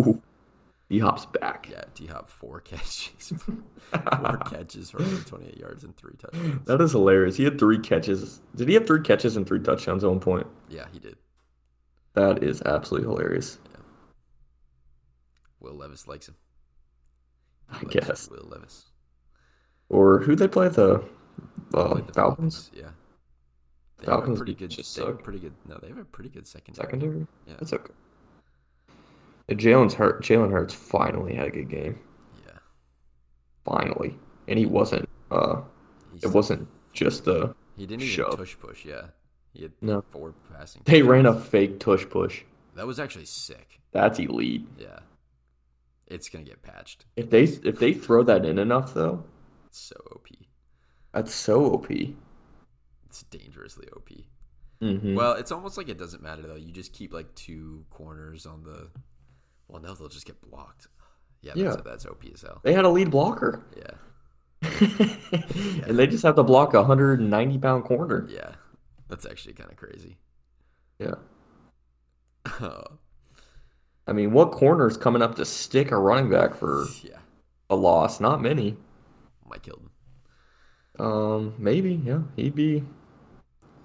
D Hop's back.
yeah, T Hop four <laughs> catches,
<laughs>
four catches for 128 yards and three touchdowns.
That is hilarious. He had three catches. Did he have three catches and three touchdowns at one point?
Yeah, he did.
That is absolutely hilarious.
Will Levis likes him.
I
Levis,
guess.
Will Levis.
Or who they play the, uh,
Played the
Falcons
Yeah. They have a
Falcons
pretty good.
just
they have a
suck.
pretty good. No, they have a pretty good second.
secondary.
Yeah.
That's okay. And Jalen's hurt. Jalen Hurts finally had a good game.
Yeah.
Finally, and he wasn't. Uh,
He's-
it wasn't just the
He didn't even
shove.
tush push. Yeah. He had
No.
four passing.
They
touchdowns.
ran a fake tush push.
That was actually sick.
That's elite.
Yeah. It's gonna get patched.
If they if they throw that in enough though,
It's so OP.
that's so OP.
It's dangerously OP.
Mhm.
Well, it's almost like it doesn't matter though. You just keep like two corners on the. Well, no, they'll just get blocked. Yeah, that's,
Yeah.
that's OP as hell. <laughs>
they had a lead blocker.
Yeah.
and they just have to block a 190 pound corner.
Yeah, that's actually kind of crazy. <laughs>
Yeah.
Oh,
I mean, what corner is coming up to stick a running back for
yeah,
a loss? Not many.
Mike Hilton.
Um, maybe, yeah. He'd be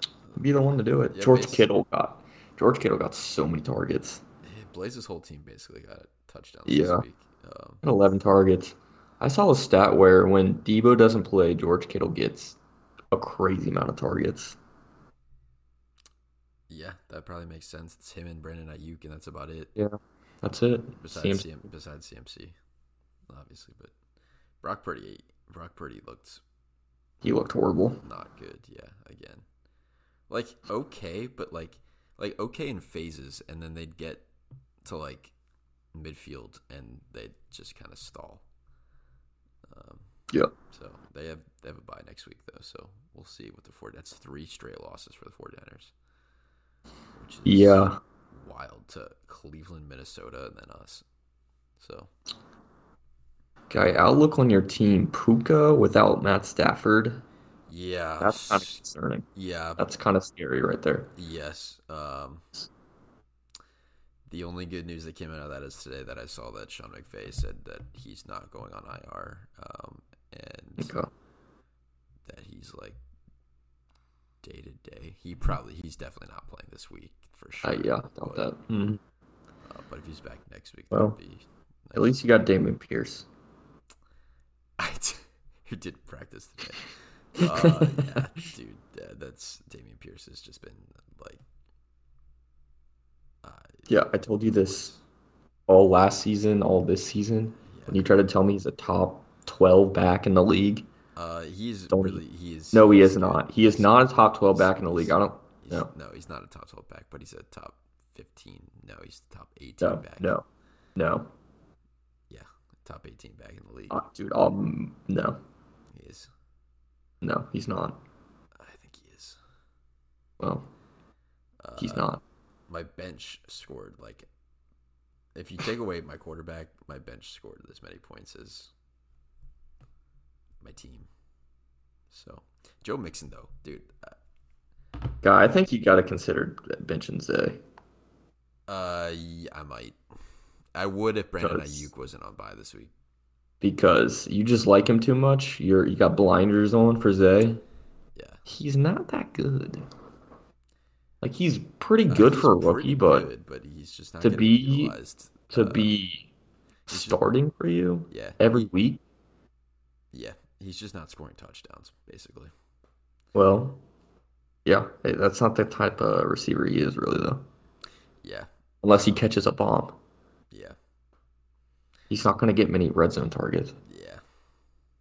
he'd be the one to do it.
Yeah,
George
basi-
Kittle got George Kittle got so many targets.
Eh, Blaze's whole team basically got a touchdown
Yeah.
this week. Um,
Got eleven targets. I saw a stat where when Debo doesn't play, George Kittle gets a crazy amount of targets.
yeah, that probably makes sense. It's him and Brandon Ayuk, and that's about it.
That's it.
Besides
Seems-
CM, besides CMC, obviously, but Brock Purdy, Brock Purdy looked
He looked horrible.
not good. Yeah, again, like okay, but like like okay in phases, and then they'd get to like midfield, and they'd just kind of stall. Um,
Yeah.
So they have they have a bye next week though, so we'll see what the 49 That's three straight losses for the 49ers, which is
Yeah.
wild to Cleveland, Minnesota, and then us. So
Okay, outlook on your team. Puka without Matt Stafford.
yeah,
That's kind of concerning.
yeah,
That's kind of scary right there.
Yes. Um, the only good news that came out of that is today that I saw that Sean McVay said that he's not going on IR, um, and
Okay.
that he's like day to day. He probably he's definitely not playing this week for sure.
Uh, yeah, about that. Mhm.
Uh, but if he's back next week,
Well,
that'd be nice.
At
<laughs>
least you got Damon Pierce.
who did practice today. Uh,
<laughs>
yeah, dude, that, that's Damian Pierce has just been like
Yeah, I told you this all last season, all this season. When
yeah.
you try to tell me he's a top 12 back in the league,
Uh, he's
Don't-
really he is.
no, he
he's
is
good.
not. He is
He's-
not a top 12 back in the league. I don't.
he's-
No,
no, he's not a top twelve back, but he's a top fifteen. No, he's the top eighteen
no,
back.
no, no.
yeah, top eighteen back in the league.
Uh, dude, um, no,
he is.
no, he's not.
I think he is.
Well,
Uh,
he's not.
My bench scored like, if you take away my quarterback, my bench scored as many points as my team. So Joe Mixon though, dude.
Guy, I think you got to consider benching Zay.
Uh, yeah, I might. I would if Brandon
Because-
Ayuk wasn't on by this week.
because you just like him too much. You're you got blinders on for Zay.
Yeah.
He's not that good. Like he's pretty good
Uh, he's
for a
pretty
rookie, but
good, but he's just not
to
getting
be-
utilized.
to
uh,
be
just-
starting for you
yeah,
every
he-
week,
yeah, he's just not scoring touchdowns basically.
well, yeah, hey, that's not the type of receiver he is really though.
Yeah,
Unless he catches a bomb,
yeah,
he's not going to get many red zone targets.
yeah,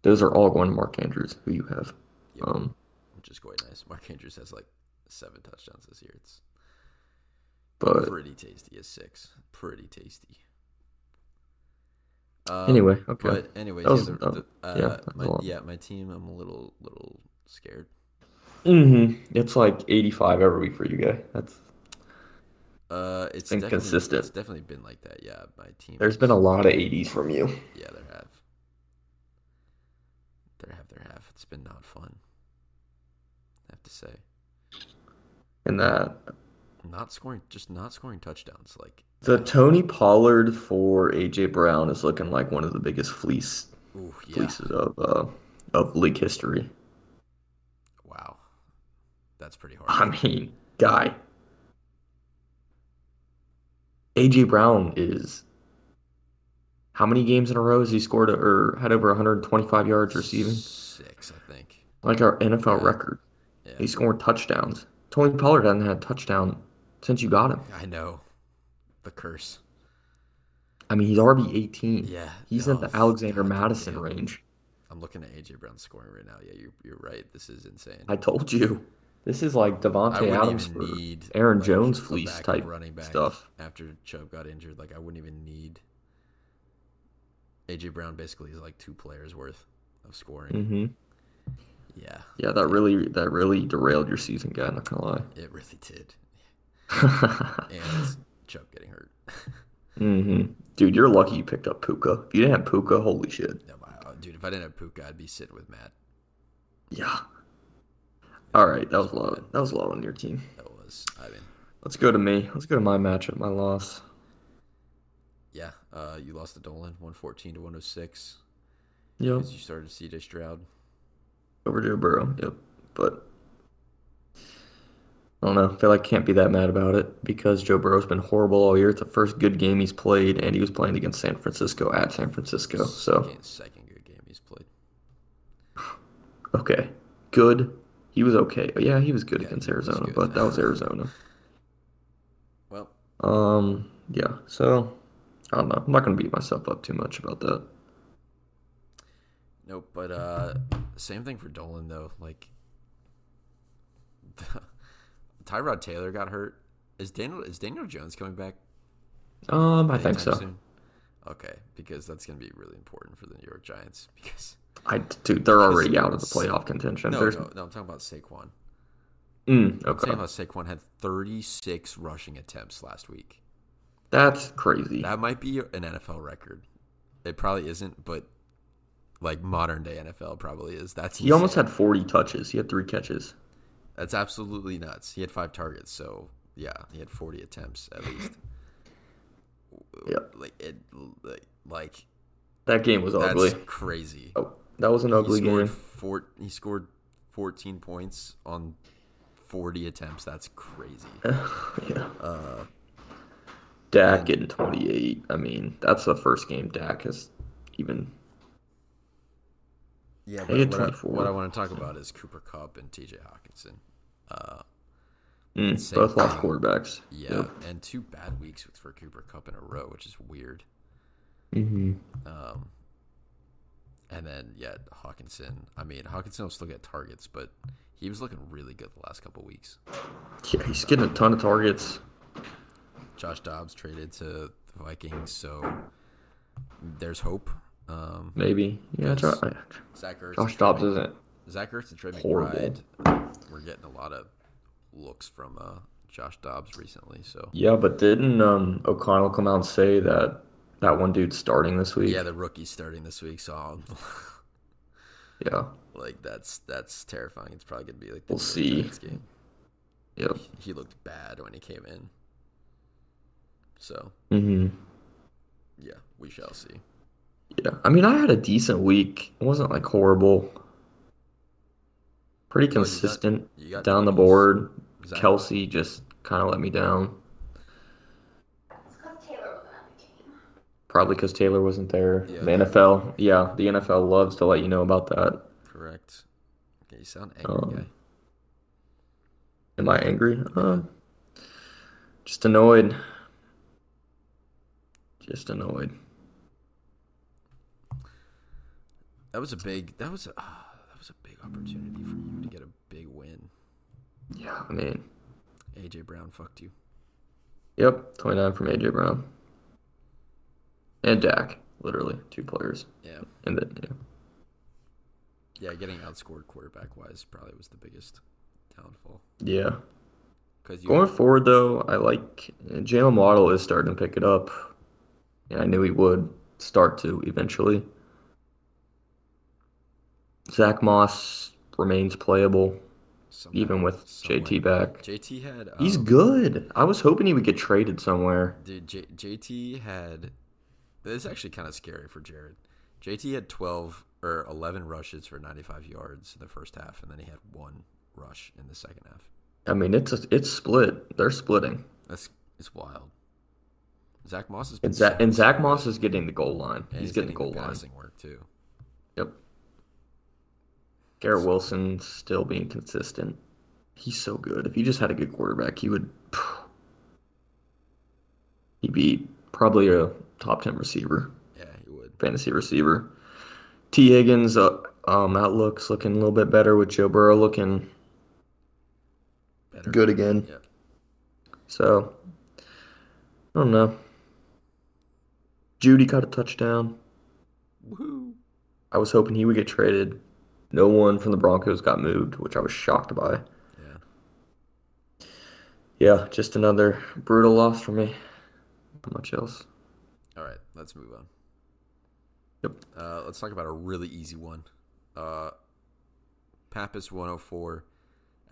Those are all going to Mark Andrews, who you have.
Yep.
Um,
which is quite nice. Mark Andrews has like seven touchdowns this year. It's
but
pretty tasty. Is six pretty tasty. Um,
anyway, okay.
but anyways,
That was-
yeah,
uh,
the, the,
yeah,
uh,
that's a
my,
lot.
yeah, my team. I'm a little little scared.
hmm It's like 85 every week for you guy. That's
Uh, it's
Been
definitely-
consistent.
It's definitely been like that. Yeah, my team.
there's
is-
been a lot of 80s from you.
Yeah, there have. There have, there have. It's been not fun. I have to say,
And that
not scoring, just not scoring touchdowns. Like
the Tony Pollard for AJ Brown is looking like one of the biggest fleece
ooh, yeah,
fleeces of uh, of league history.
wow, that's pretty hard.
I mean, guy, AJ Brown is how many games in a row has he scored or had over 125 yards receiving?
six, I think.
Like our NFL
Yeah.
record,
Yeah,
he's scoring touchdowns. Tony Pollard hasn't had a touchdown since you got him.
I know, the curse.
I mean, he's RB 18.
Yeah,
He's in
oh,
the Alexander
God
Madison
damn.
range.
I'm looking at AJ Brown's scoring right now. Yeah, you're you're right. This is insane.
I told you. This is like
I
Devontae
wouldn't
Adams
even
for
need
Aaron
like,
Jones
a
fleece
backup
type
running back
stuff.
after Chubb got injured. Like I wouldn't even need AJ Brown. Basically, is like two players worth of scoring.
hmm
Yeah,
Yeah, that really that really derailed your season, guy, not <laughs> gonna
it really did.
lie.
And Chubb getting hurt. <laughs>
Mm-hmm. hmm Dude, you're lucky you picked up Puka. If you didn't have Puka, holy shit.
No, I- dude, if I didn't have Puka, I'd be sitting with Matt.
Yeah. All right, that was low. That was low on your team.
That was, I mean,
Let's go to me. Let's go to my matchup, my loss.
yeah. Uh, you lost to Dolan, one fourteen to one hundred six,
Yep.
because you started CJ Stroud.
Over Joe Burrow. Yep. But I don't know. I feel like I can't be that mad about it because Joe Burrow's been horrible all year. It's the first good game he's played, and he was playing against San Francisco at San Francisco. So
second, second good game he's played.
okay, good. He was okay. Oh, Yeah, he was good
Yeah,
against
he was
Arizona,
good.
but that was Arizona.
Well,
Um, yeah. So I don't know. I'm not gonna beat myself up too much about that.
Nope, but uh same thing for Dolan though. Like <laughs> Tyrod Taylor got hurt. Is Daniel is Daniel Jones coming back?
Um, I think
anytime
so.
soon? Okay, because that's going to be really important for the New York Giants. <laughs> Because
I dude, they're
Because-
already out of the playoff contention.
no,
There's
no, no, I'm talking about Saquon.
Mm,
I'm
okay,
saying how Saquon had 36 rushing attempts last week.
that's crazy.
That might be an NFL record. It probably isn't, but like modern day NFL probably is. That's
He almost
insane.
had 40 touches. He had three catches.
That's absolutely nuts. He had five targets, so yeah, he had forty attempts at
<laughs>
least.
Yeah.
Like it, like, like
That game was
that's
ugly.
crazy.
Oh, that was an ugly
he scored
game. <laughs>
Four, he scored fourteen points on forty attempts. That's crazy.
yeah.
Uh,
Dak getting 28. I mean, that's the first game Dak has even.
yeah,
He
but
had
what I,
24.
what I want to talk about is Cooper Cup and T.J. Hawkinson. Uh,
Mm,
Same
both lost
thing.
quarterbacks.
yeah, and two bad weeks for Cooper Cup in a row, which is weird.
hmm
Um, and then yeah, Hawkinson. I mean, Hawkinson will still get targets, but he was looking really good the last couple weeks.
Yeah, he's getting a ton of targets.
Josh Dobbs traded to the Vikings, so there's hope. Um,
Maybe. Yeah,
Yes.
Josh, uh,
Zach Ertz.
Josh Dobbs isn't.
Zach Ertz and Trey
Horrible.
McBride. We're getting a lot of looks from uh, Josh Dobbs recently, so
Yeah, but didn't um, O'Connell come out and say that that one dude's starting this week?
yeah, the rookie's starting this week, so I'm <laughs>
Yeah.
like that's that's terrifying. It's probably gonna be like the
We'll
New York
see.
Giants game.
Yep.
he looked bad when he came in. So
hmm
yeah, we shall see.
Yeah, I mean, I had a decent week. It wasn't like horrible. Pretty
Well, you got-
consistent
You got
down the
Daniels,
board.
Zach-
Kelsey just kind of let me down.
It's because Taylor wasn't at the game.
Probably because Taylor wasn't there.
Yeah.
The NFL, yeah, the NFL loves to let you know about that.
Correct. Okay, you sound angry,
Um,
guy.
Am I angry? Uh, just annoyed. Just annoyed.
That was a big. That was a. ah, that was a big opportunity for you to get a big win.
Yeah, I mean,
AJ Brown fucked you.
yep, 29 from AJ Brown. And Dak, literally, two players.
Yeah,
And then, yeah.
yeah. Getting outscored quarterback wise probably was the biggest downfall.
Yeah.
Because you
Going forward, though, I like uh, Jalen Waddle is starting to pick it up, and I knew he would start to eventually. Zach Moss remains playable,
somehow-
even with
somewhat-
JT back.
JT had. Um,
He's good. I was hoping he would get traded somewhere.
Dude, J- JT had. This is actually kind of scary for Jared. JT had 12 or 11 rushes for 95 yards in the first half, and then he had one rush in the second half.
I mean, it's it's split. They're splitting,
That's it's wild. Zach Moss has been
and Zach, and
so-
Zach Moss is getting the goal line.
and
He's, getting the goal line.
passing work too.
Yep. Garrett Wilson still being consistent. He's so good. If he just had a good quarterback, he would. <sighs> He'd be probably a top ten receiver,
Yeah, he would.
fantasy receiver. T. Higgins, uh, um, outlook's looking a little bit better with Joe Burrow looking
Better.
good again.
Yep.
So, I don't know. Judy got a touchdown.
Woohoo.
I was hoping he would get traded. No one from the Broncos got moved, which I was shocked by.
Yeah.
Yeah, just another brutal loss for me. Not much else.
All right, let's move on.
Yep.
Uh, let's talk about a really easy one. Uh, Pappas 104,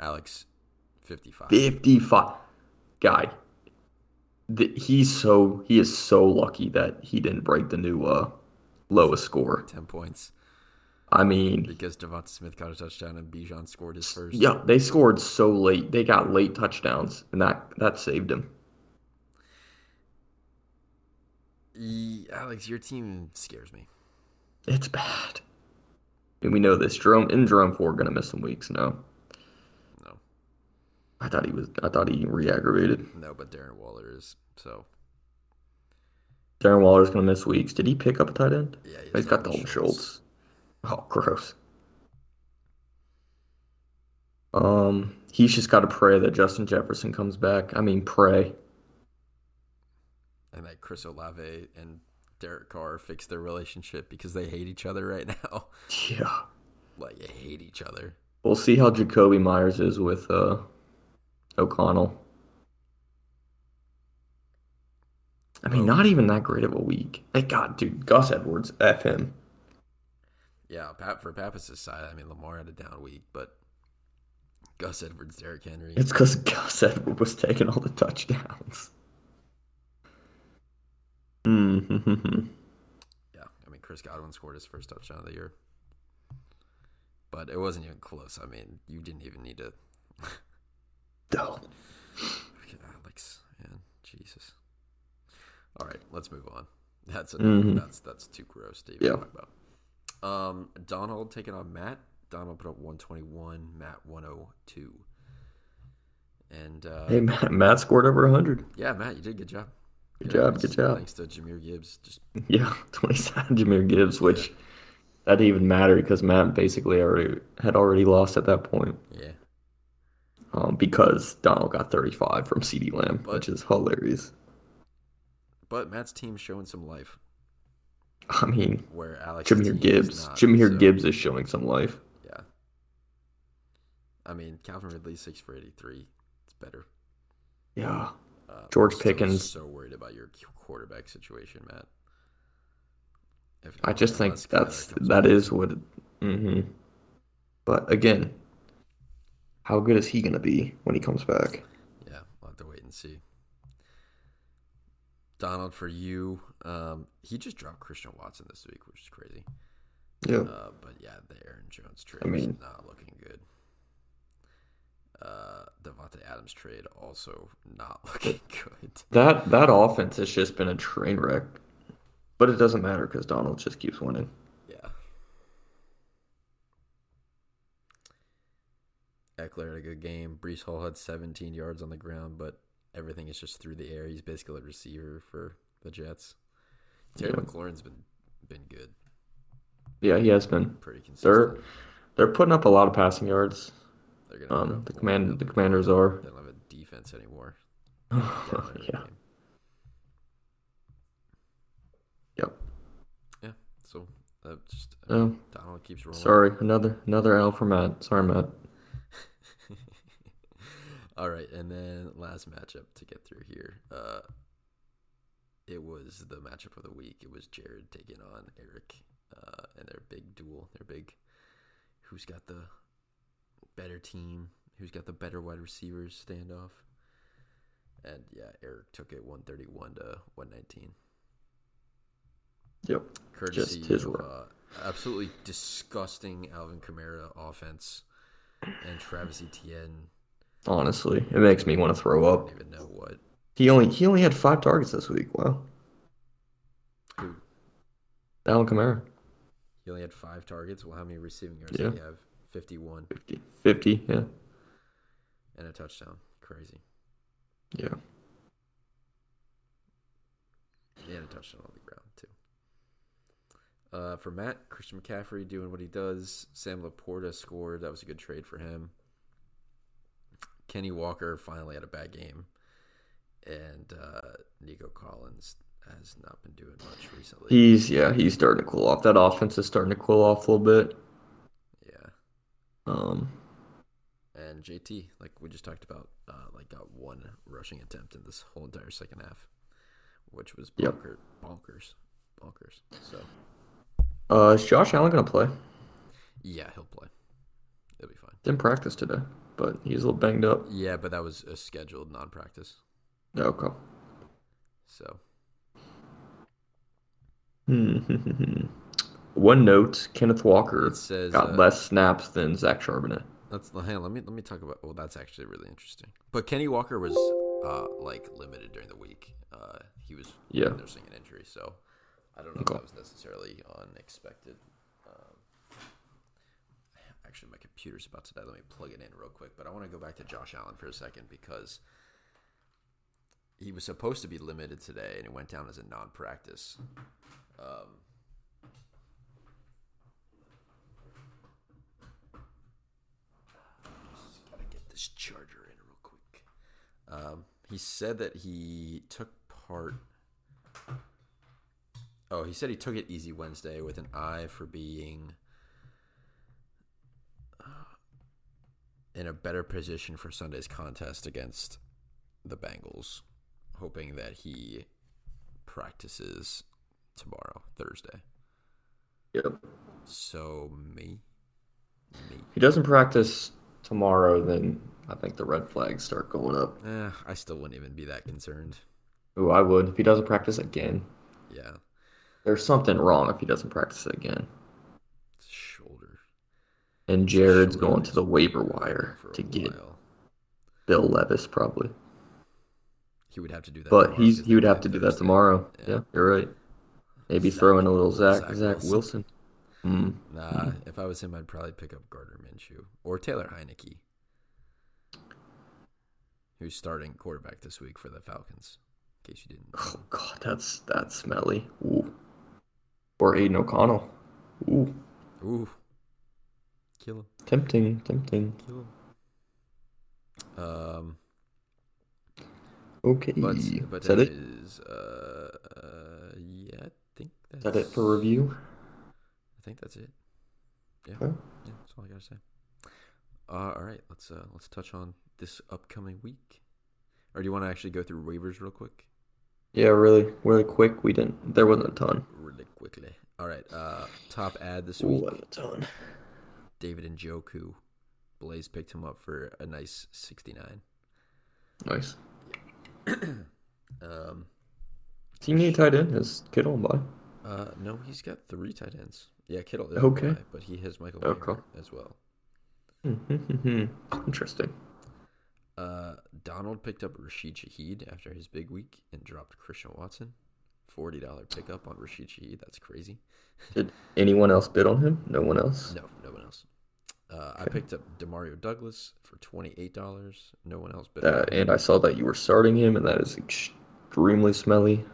Alex 55.
55 guy th- he's so he is so lucky that he didn't break the new uh lowest score
10 points
i mean
because Devonta Smith got a touchdown and Bijan scored his first.
yeah they scored so late they got late touchdowns and that that saved him
E- Alex, your team scares me.
it's bad and we know this jerome and jerome ford gonna miss some weeks no
No,
i thought he was i thought he re-aggravated
no, but Darren Waller is. So,
darren waller's gonna miss weeks did he pick up a tight end
yeah.
he's got
Dalton
dalton schultz oh gross um he's just got to pray that justin jefferson comes back i mean pray
And that Chris Olave and Derek Carr fix their relationship because they hate each other right <laughs> now.
Yeah.
like, they hate each other.
We'll see how Jacoby Myers is with uh, O'Connell. I mean, not even that great of a week. Thank God, dude. Gus Edwards, F him.
Yeah, Pat for Pappas' side, I mean, Lamar had a down week, but Gus Edwards, Derrick Henry.
It's because Gus <laughs> Edwards was taking all the touchdowns. <laughs> <laughs> Mm-hmm.
yeah, I mean, Chris Godwin scored his first touchdown of the year. But it wasn't even close. I mean, you didn't even need to.
Oh,
Alex, man, Jesus. All right, let's move on. <laughs> That's enough.
Mhm.
that's that's too gross to even
Yeah.
talk about. Um, Donald taking on Matt. Donald put up 121, Matt 102. And uh,
hey, Matt, Matt scored
<laughs>
over 100.
yeah, Matt, you did a good job.
Good job,
efforts.
good job.
Thanks to Jameer Gibbs, just
<laughs> Yeah, 27 Jameer Gibbs, which that didn't even matter because Matt basically already had already lost at that point.
yeah.
um, because Donald got 35 from CD Lamb,
But-
which is hilarious.
But Matt's team's showing some life,
I mean,
where Alex
Jameer Gibbs. Jameer Gibbs is showing some life.
Yeah. I mean, Calvin Ridley six for eighty three. It's better.
Yeah.
Uh,
George
I'm still
Pickens.
So worried about your q- quarterback situation, Matt. If,
I just think
unless Kyler
that's
comes
that
back.
is what. hmm But again, how good is he gonna be when he comes back?
Yeah, we'll have to wait and see. Donald, for you, um, he just dropped Christian Watson this week, which is crazy.
Yeah.
Uh, but yeah, the Aaron Jones trade
I
is
mean-
not looking good. Uh, Devontae Adams trade also not <laughs> looking good.
That that offense has just been a train wreck. But it doesn't matter because Donald just keeps winning.
Yeah. Eckler had a good game. Brees Hall had 17 yards on the ground, but everything is just through the air. He's basically a receiver for the Jets. Terry
Yeah.
McLaurin's been been good,
Yeah, he has been.
pretty consistent.
They're they're putting up a lot of passing yards.
They're gonna put
Um,
up
the
more
command
than
the
they-
commanders
They
are. <laughs>
don't have a defense anymore. Down there in the
yeah.
game.
Yep.
Yeah. So uh, just uh,
Oh.
Donald keeps rolling.
Sorry, another another L for Matt. Sorry, Matt.
<laughs> All right, and then last matchup to get through here. Uh, it was the matchup of the week. It was Jared taking on Eric, uh, and their big duel. Their big, who's got the better team? Who's got the better wide receivers standoff? And yeah, Eric took it one thirty one to one nineteen.
Yep.
Courtesy
his
of
run.
uh, absolutely disgusting Alvin Kamara offense and Travis Etienne.
Honestly, it makes me want to throw
I
up.
don't even know what
He only he only had five targets this week. Wow.
Who?
Alan Kamara,
He only had five targets. Well, how many receiving yards
Yeah.
did he have? 51
50, 50 yeah,
and a touchdown. Crazy.
yeah.
He had a touchdown on the ground, too. Uh, for Matt, Christian McCaffrey doing what he does. Sam Laporta scored. That was a good trade for him. Kenny Walker finally had a bad game. And uh, Nico Collins has not been doing much recently.
He's yeah, he's starting to cool off. That offense is starting to cool off a little bit.
yeah.
Um,
And JT, like we just talked about, uh, like got one rushing attempt in this whole entire second half, which was
Yep.
bonker, bonkers, bonkers. So
Uh, is Josh Allen gonna play?
Yeah, he'll play. It'll be fine.
Didn't practice today, but he's a little banged up.
Yeah, but that was a scheduled non-practice.
Okay.
So
Hmm. <laughs> One note: Kenneth Walker
it says
got
uh,
less snaps than Zach Charbonnet.
That's hang on, let me let me talk about. Well, that's actually really interesting. But Kenny Walker was uh, like limited during the week. Uh, he was
Yeah.
nursing an injury, so I don't know
Okay.
if that was necessarily unexpected. Um, actually, my computer's about to die. Let me plug it in real quick. But I want to go back to Josh Allen for a second because he was supposed to be limited today, and it went down as a non-practice. Um, Just gotta get this charger in real quick. Um, he said that he took part. Oh, he said he took it easy Wednesday with an eye for being uh, in a better position for Sunday's contest against the Bengals, hoping that he practices tomorrow, Thursday.
Yep.
So me, me.
If he doesn't practice tomorrow, then I think the red flags start going up.
Eh, I still wouldn't even be that concerned.
Ooh, I would. If he doesn't practice again,
Yeah,
there's something wrong if he doesn't practice again.
it's a shoulder.
And Jared's
shoulder
going
that's
to the
been
waiver
bothering
wire
for a
to get
while.
Bill Levis, probably.
He would have to do that.
But
tomorrow
he's
because
he would
they're
have to do
playing
that
Thursday.
tomorrow.
Yeah.
Yeah, you're right. Maybe
Zach-
throw in a little Zach
Zach
Zach
Wilson.
Wilson. Mm.
Nah, if I was him, I'd probably pick up Gardner Minshew or Taylor Heineke, who's starting quarterback this week for the Falcons. In case you didn't. know.
<sighs> Oh God, that's that's smelly. Ooh. Or Aiden O'Connell. Ooh,
Ooh, kill him.
tempting, tempting.
Kill him. Um,
Okay,
but but
is that it?
is, uh, uh, yeah, I think that's
Is that it for review?
I think that's it. Yeah,
Okay.
yeah, that's all I gotta say. Uh, all right, let's uh, let's touch on this upcoming week, or do you want to actually go through waivers real quick?
Yeah, really, really quick. We didn't. There wasn't a ton.
Really quickly. All right, uh, top ad this
Ooh,
week:
wasn't a ton.
David and Joku. Blaze picked him up for a nice sixty-nine.
Nice.
Um,
Does he need a tight end? Is Kittle on by?
uh, no, he's got three tight ends. Yeah, Kittle. is
Okay.
why, but he has Michael
Okay.
Mayer as well.
Hmm, Interesting.
Uh, Donald picked up Rashid Shaheed after his big week and dropped Christian Watson. Forty dollar pickup on Rashid Shaheed. That's crazy.
Did anyone else bid on him? No one else.
No, no one else. Uh, I
Okay.
picked up Demario Douglas for twenty eight dollars. No one else bid. on
Uh,
him.
and I saw that you were starting him, and that is extremely smelly.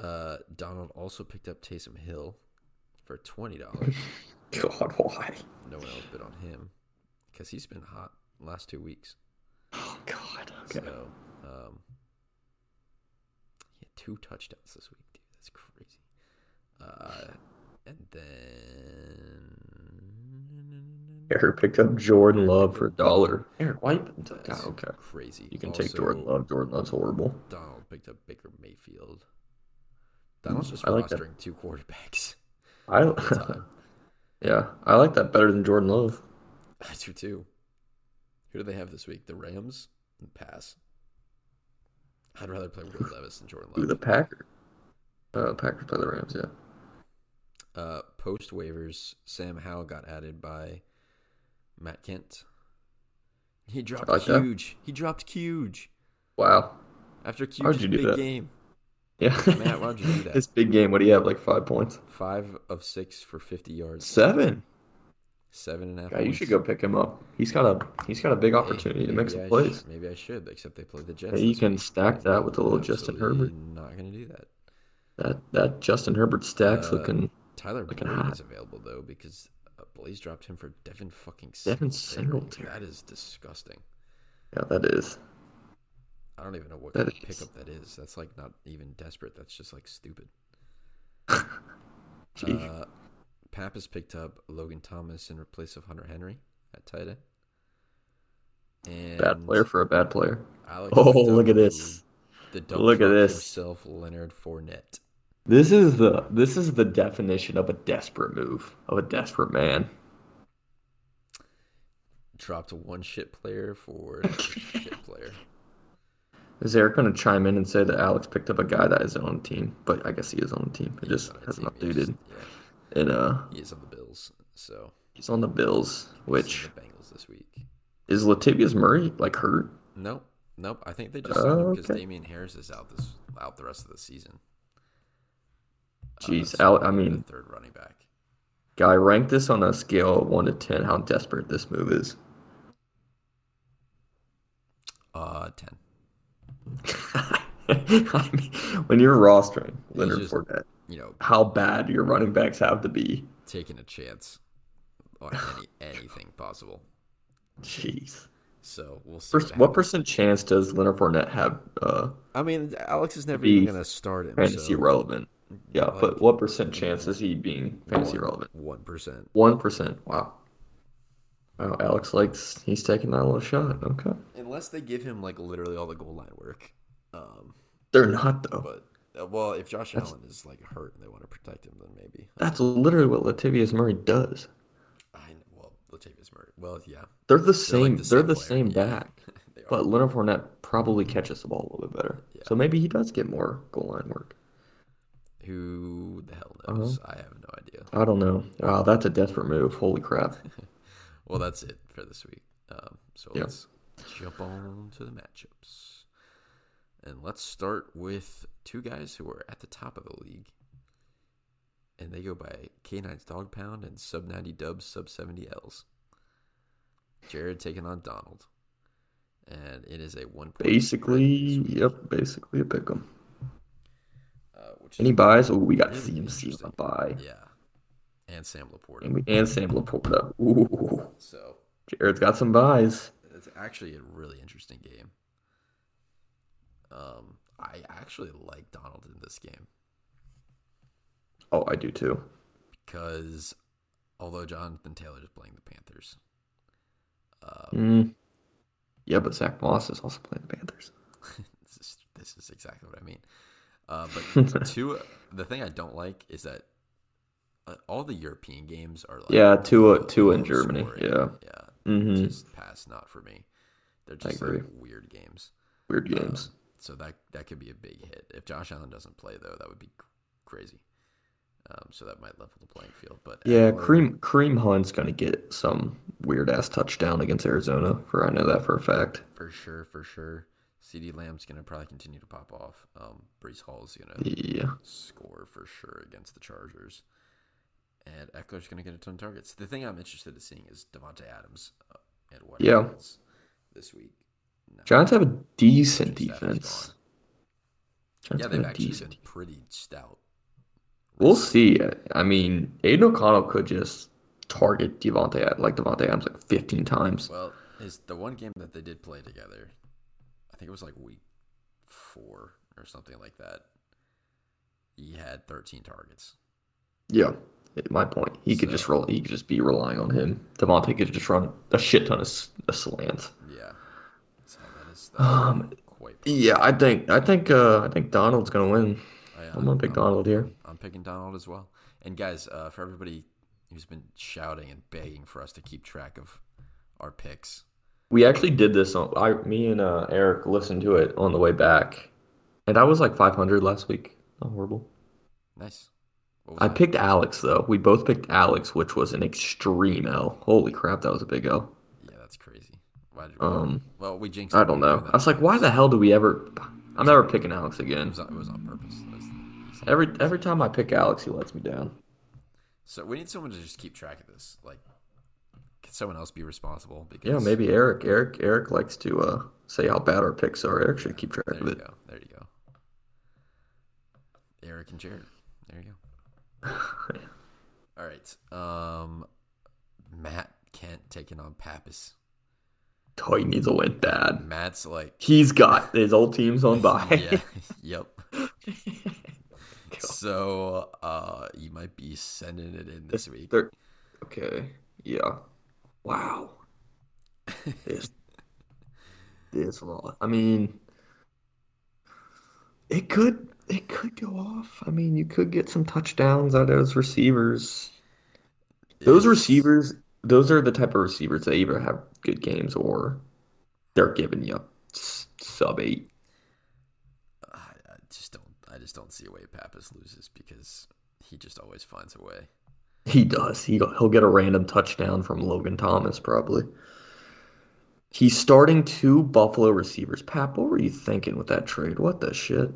Uh, Donald also picked up Taysom Hill for twenty
<laughs>
dollars.
God, why?
no one else bid on him because he's been hot last two weeks.
Oh God. Okay.
So, um, he had two touchdowns this week, dude. That's crazy. Uh, and then
Eric picked up Jordan Love
picked
for a
up-
dollar. Eric, why? You... God,
That's
Oh, okay.
crazy.
You can
also,
take Jordan Love. Jordan Love's horrible.
Donald picked up Baker Mayfield. Donald's just
Mm, I like that.
rostering two quarterbacks.
<laughs> I
all the time. <laughs>
yeah, I like that better than Jordan Love.
I do too. Who do they have this week? The Rams? Pass. I'd rather play Will Levis than Jordan
Ooh,
Love.
the Packers. Uh, Packers by the Rams. Yeah.
Uh, post waivers, Sam Howell got added by Matt Kent. He dropped
like that.
huge. He dropped huge
Wow.
after huge
How'd you do
big
that?
game.
Yeah.
Matt, why'd
<laughs>
you do that?
This big game. What do you have? Like five points.
Five of six for fifty yards,
Seven.
seven and a half.
Guy, you
points.
should go pick him up. He's got a he's got a big
Hey,
opportunity to
maybe
make some
I
plays.
sh- maybe I should, except they play the Jets.
Hey, you
this
can
week.
stack that with a little Justin
Absolutely
Herbert.
Not gonna do that.
That that Justin Herbert stack's
Uh,
looking
Tyler
Looking
Boyd
hot.
is available though because uh, Blaze dropped him for Devin fucking
Devin Singletary.
That is disgusting.
yeah, that is.
I don't even know what
That
kind of
is-
pickup that is. That's like not even desperate. That's just like stupid.
Gee.
Uh, Pappas picked up Logan Thomas in replace of Hunter Henry at tight end. And
bad player for a bad player.
Alex
Oh,
picked up
look at this.
The dump
Look at
truck
this.
himself, Leonard Fournette.
This is the this is the definition of a desperate move of a desperate man.
Dropped one shit player
<laughs>
for another shit player.
Is Eric going to chime in and say that Alex picked up a guy that is on the team? But I guess he is on the team.
He's
It just
on a
hasn't
team, he's-
updated.
yeah,
And uh,
he is on the Bills, so
he's on the Bills,
he's
which
on the Bengals this week.
is Latavius Murray like hurt?
Nope, nope. I think they just signed him because
Oh, Okay.
Damian Harris is out this out the rest of the season. Uh,
Jeez,
so
Al- I
they'll need the
mean-
third running back.
Guy, rank this on a scale of one to ten. How desperate this move is. <laughs>
Uh, ten.
I mean, when you're rostering Leonard
just-
Fournette,
You know,
how bad your running backs have to be.
taking a chance on
<sighs>
any, anything possible.
Jeez.
So we'll see.
First, what percent chance does Leonard Fournette have uh,
I mean, Alex is never
be
even going to start him.
fantasy relevant? Yeah,
like-
but what percent chance is he being fantasy relevant?
One percent.
One percent. Wow. Wow, Alex likes he's taking that little shot. Okay.
Unless they give him like literally all the goal line work. Um,
They're not though.
but uh, well, if Josh
That's-
Allen is like hurt and they want to protect him, then maybe.
That's literally what Latavius Murray doys.
I kn- well, Latavius Murray. Well, yeah, <laughs>
They're the
They're, like,
same. they're the same
player. Yeah.
back.
they are.
But Leonard Fournette probably catches the ball a little bit better.
Yeah.
So maybe he does get more goal line work.
Who the hell knows?
Uh-huh.
I have no idea.
I don't know. Wow, that's a desperate move.
<laughs>
Holy crap.
Well, that's it for this week. Um, so
Yeah.
let's jump on to the matchups, and let's start with two guys who are at the top of the league, and they go by K9's Dog Pound and Sub 90 Dubs Sub 70 Ls. Jared taking on Donald, and it is a one point
Basically, yep, basically a pick 'em.
uh, which
Any
is,
buys? Oh, we got
Really
CMC on
interesting.
a buy.
yeah, and Sam Laporta.
And, we, and Sam Laporta. Ooh,
So
Jared's got some buys.
it's actually a really interesting game. Um, I actually like Donald in this game
Oh, I do too.
because although Jonathan Taylor is playing the Panthers, <laughs> uh,
Mm. Yeah, but Zach Moss is also playing the Panthers.
<laughs> this, is, this is exactly what I mean. Uh, but two, the thing I don't like is that uh, all the European games are like
Yeah, Tua, Tua in
low
Germany.
scoring.
Yeah.
yeah,
hmm
just pass not for me. They're just like,
agree.
weird games.
Weird games.
Um, so that that could be a big hit. If Josh Allen doesn't play though, that would be cr- crazy. Um, so that might level the playing field. But
Yeah,
Eckler-
Kareem, Kareem Hunt's going to get some weird ass touchdown against Arizona, for I know that for a fact.
for sure, for sure. CD Lamb's gonna probably continue to pop off. Um, Brees Hall's gonna
Yeah.
score for sure against the Chargers, and Eckler's gonna get a ton of targets. The thing I'm interested in seeing is Devonte Adams uh, and what
Yeah.
happens this week. No,
Giants have a decent
Stafford's
defense.
gone.
Giants
Yeah,
have a
they've actually
decent
been pretty stout.
We'll see. I mean, Aiden O'Connell could just target Devontae, like Devontae Adams, like 15 times.
Well, is the one game that they did play together, I think it was like week four or something like that. He had 13 targets.
Yeah, at my point. He could just
So-
roll. He could just be relying on him. Devontae could just run a shit ton of, s- of slants.
Yeah. So that is that's
Um,
quite.
Yeah, I think I think uh, I think Donald's gonna win.
I,
I'm gonna pick Donald here.
I'm picking Donald as well. And guys, uh, for everybody who's been shouting and begging for us to keep track of our picks,
We actually did this on. I, me and uh, Eric listened to it on the way back, and I was like 500 last week. Not horrible.
nice. What was
I
that?
picked Alex though. We both picked Alex, which was an extreme L. Holy crap, that was a big L.
Yeah, that's crazy. Why did we?
Um,
well, we jinxed.
I
it
don't
by doing
know.
that
I was like,
on
why the
purpose.
hell do we ever? I'm never picking Alex
It
again.
was on, it was on purpose. That was the-
Every every time I pick Alex, he lets me down.
So we need someone to just keep track of this. Like, can someone else be responsible? Because
Yeah, maybe Eric. Eric Eric likes to uh, say how bad our picks are. Eric should keep track
There
of
you
it.
go. There you go. Eric and Jared. There you
<laughs>
go. All right. Um, Matt Kent taking on Pappas.
Oh, he needs a win bad.
Matt's like,
He's got his old team's
<laughs>
on
yeah,
by. <laughs>
yep. So, uh, you might be sending it in this week.
They're- okay. Yeah. Wow. This this lot. I mean, It could it could go off. I mean, you could get some touchdowns out of those receivers. Those
It's-
receivers, those are the type of receivers that either have good games or they're giving you s- sub eight.
I I just don't. I just don't see a way Pappas loses because he just always finds a way.
He does. He he'll get a random touchdown from Logan Thomas probably. He's starting two Buffalo receivers. Pap, what were you thinking with that trade? What the shit?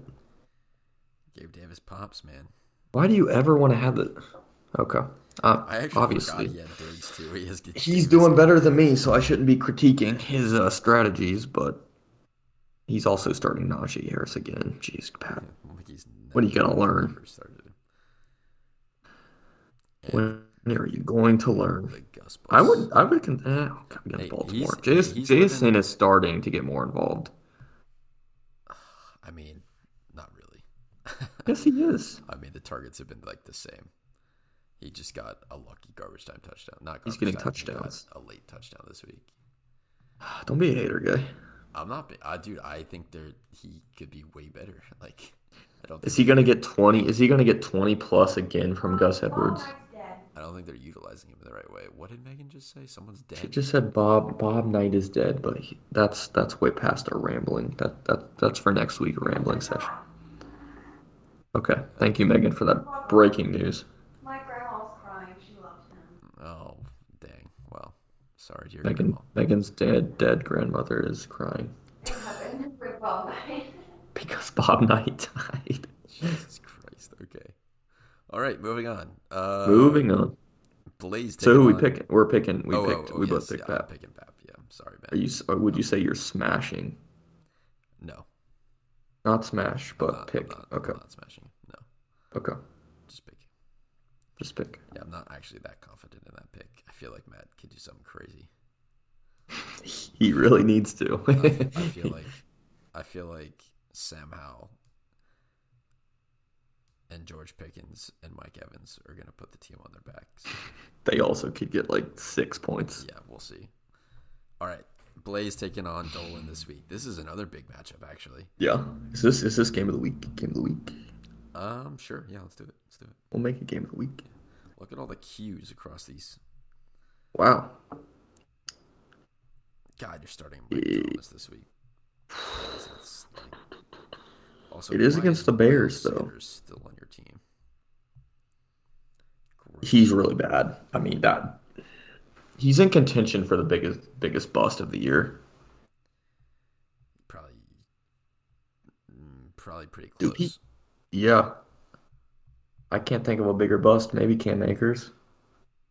Gabe Davis pops, man.
Why do you ever want to have the? Okay, uh,
I actually
obviously.
forgot he had Diggs too. He has
He's doing better than me, so I shouldn't be critiquing his uh, strategies, but he's also starting Najee Harris again. Jeez, Pat. What are you gonna learn? When are you going to learn? I would, I would, con- eh, oh, God, we got
Hey,
Baltimore.
he's-
Jason,
he's
Jason
within-
is starting to get more involved.
I mean, not really.
Yes, he is. <sighs>
I mean, the targets have been like the same. He just got a lucky garbage time touchdown. Not
He's
garbage
getting
time, he got
touchdowns.
A late touchdown this week.
Don't be a hater, guy.
I'm not. be- I dude. I think there he could be way better. <laughs> Like, I don't. Think
Is he gonna get twenty? Is he gonna get twenty plus again from Gus Edwards?
Bob Knight's dead.
I don't think they're utilizing him in the right way. What did Megan just say? Someone's
She
dead.
just said Bob Bob Knight is dead, but he, that's that's way past our rambling. That that that's for next week rambling session. Okay, thank you, Megan, for that breaking news.
My grandma's crying. She loved him.
Oh dang. Well, sorry Oh, to your
Megan
grandma.
Megan's dead dead grandmother is crying
It happened with <laughs> Bob Knight.
because Bob Knight <laughs> died.
Jesus Christ. Okay. All right. Moving on. Uh,
Moving on.
Blaze.
So who we
taking on-
picking? We're picking. We
oh, oh,
picked.
oh,
we both
yes,
picked
yeah, I'm
that.
Picking Pap. Yeah. I'm sorry,
Are
man.
you? s- Or would you say you're smashing?
No.
Not smash,
I'm
but
not, I'm
pick.
not,
okay.
I'm not smashing. No.
Okay.
Just pick.
Just pick.
Yeah, I'm not actually that confident in that pick. I feel like Matt could do something crazy.
He really needs to.
I, I
<laughs>
feel like I feel like Sam Howell and George Pickens and Mike Evans are gonna put the team on their backs.
they also could get like six points.
Yeah, we'll see. All right, Blaze taking on Dolan this week. This is another big matchup, actually.
Yeah. Is this is this game of the week? Game of the week.
Um, sure. Yeah, let's do it. Let's do it.
We'll make a game of the week.
Look at all the cues across these.
Wow.
God, you're starting Mike Thomas this week. That's like- Also,
It is
why
against the
Miles
Bears, though.
Sanders Still on your team. Gross.
He's really bad. I mean that he's in contention for the biggest biggest bust of the year.
probably mm, probably pretty close.
Dude, he- Yeah. I can't think of a bigger bust. Maybe Cam Akers.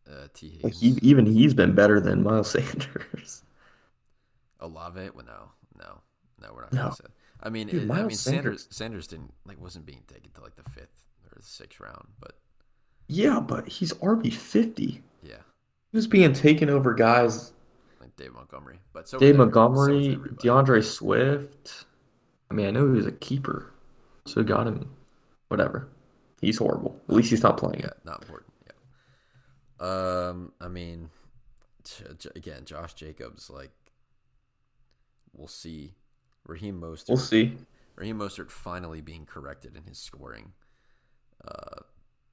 uh, T
Like
Higgins,
he, even he's been better than Miles <laughs> Sanders.
Olave. Well, no, no, no, we're not.
No.
Gonna say. I mean,
Dude,
it- I
Miles
mean, Sanders Sanders didn't like wasn't being taken to like the fifth or the sixth round, but
yeah, but he's RB fifty.
yeah,
He was being taken over guys
like Dave Montgomery. But so
Dave
was every- so was
Montgomery,
everybody.
DeAndre Swift. I mean, I know he was a keeper, so got him. Whatever. He's horrible. At least he's not playing
Yeah,
it.
not important. Yeah. Um, I mean, t- j- again, Josh Jacobs. Like, we'll see. Raheem Mostert.
We'll see.
Raheem Mostert finally being corrected in his scoring. Uh,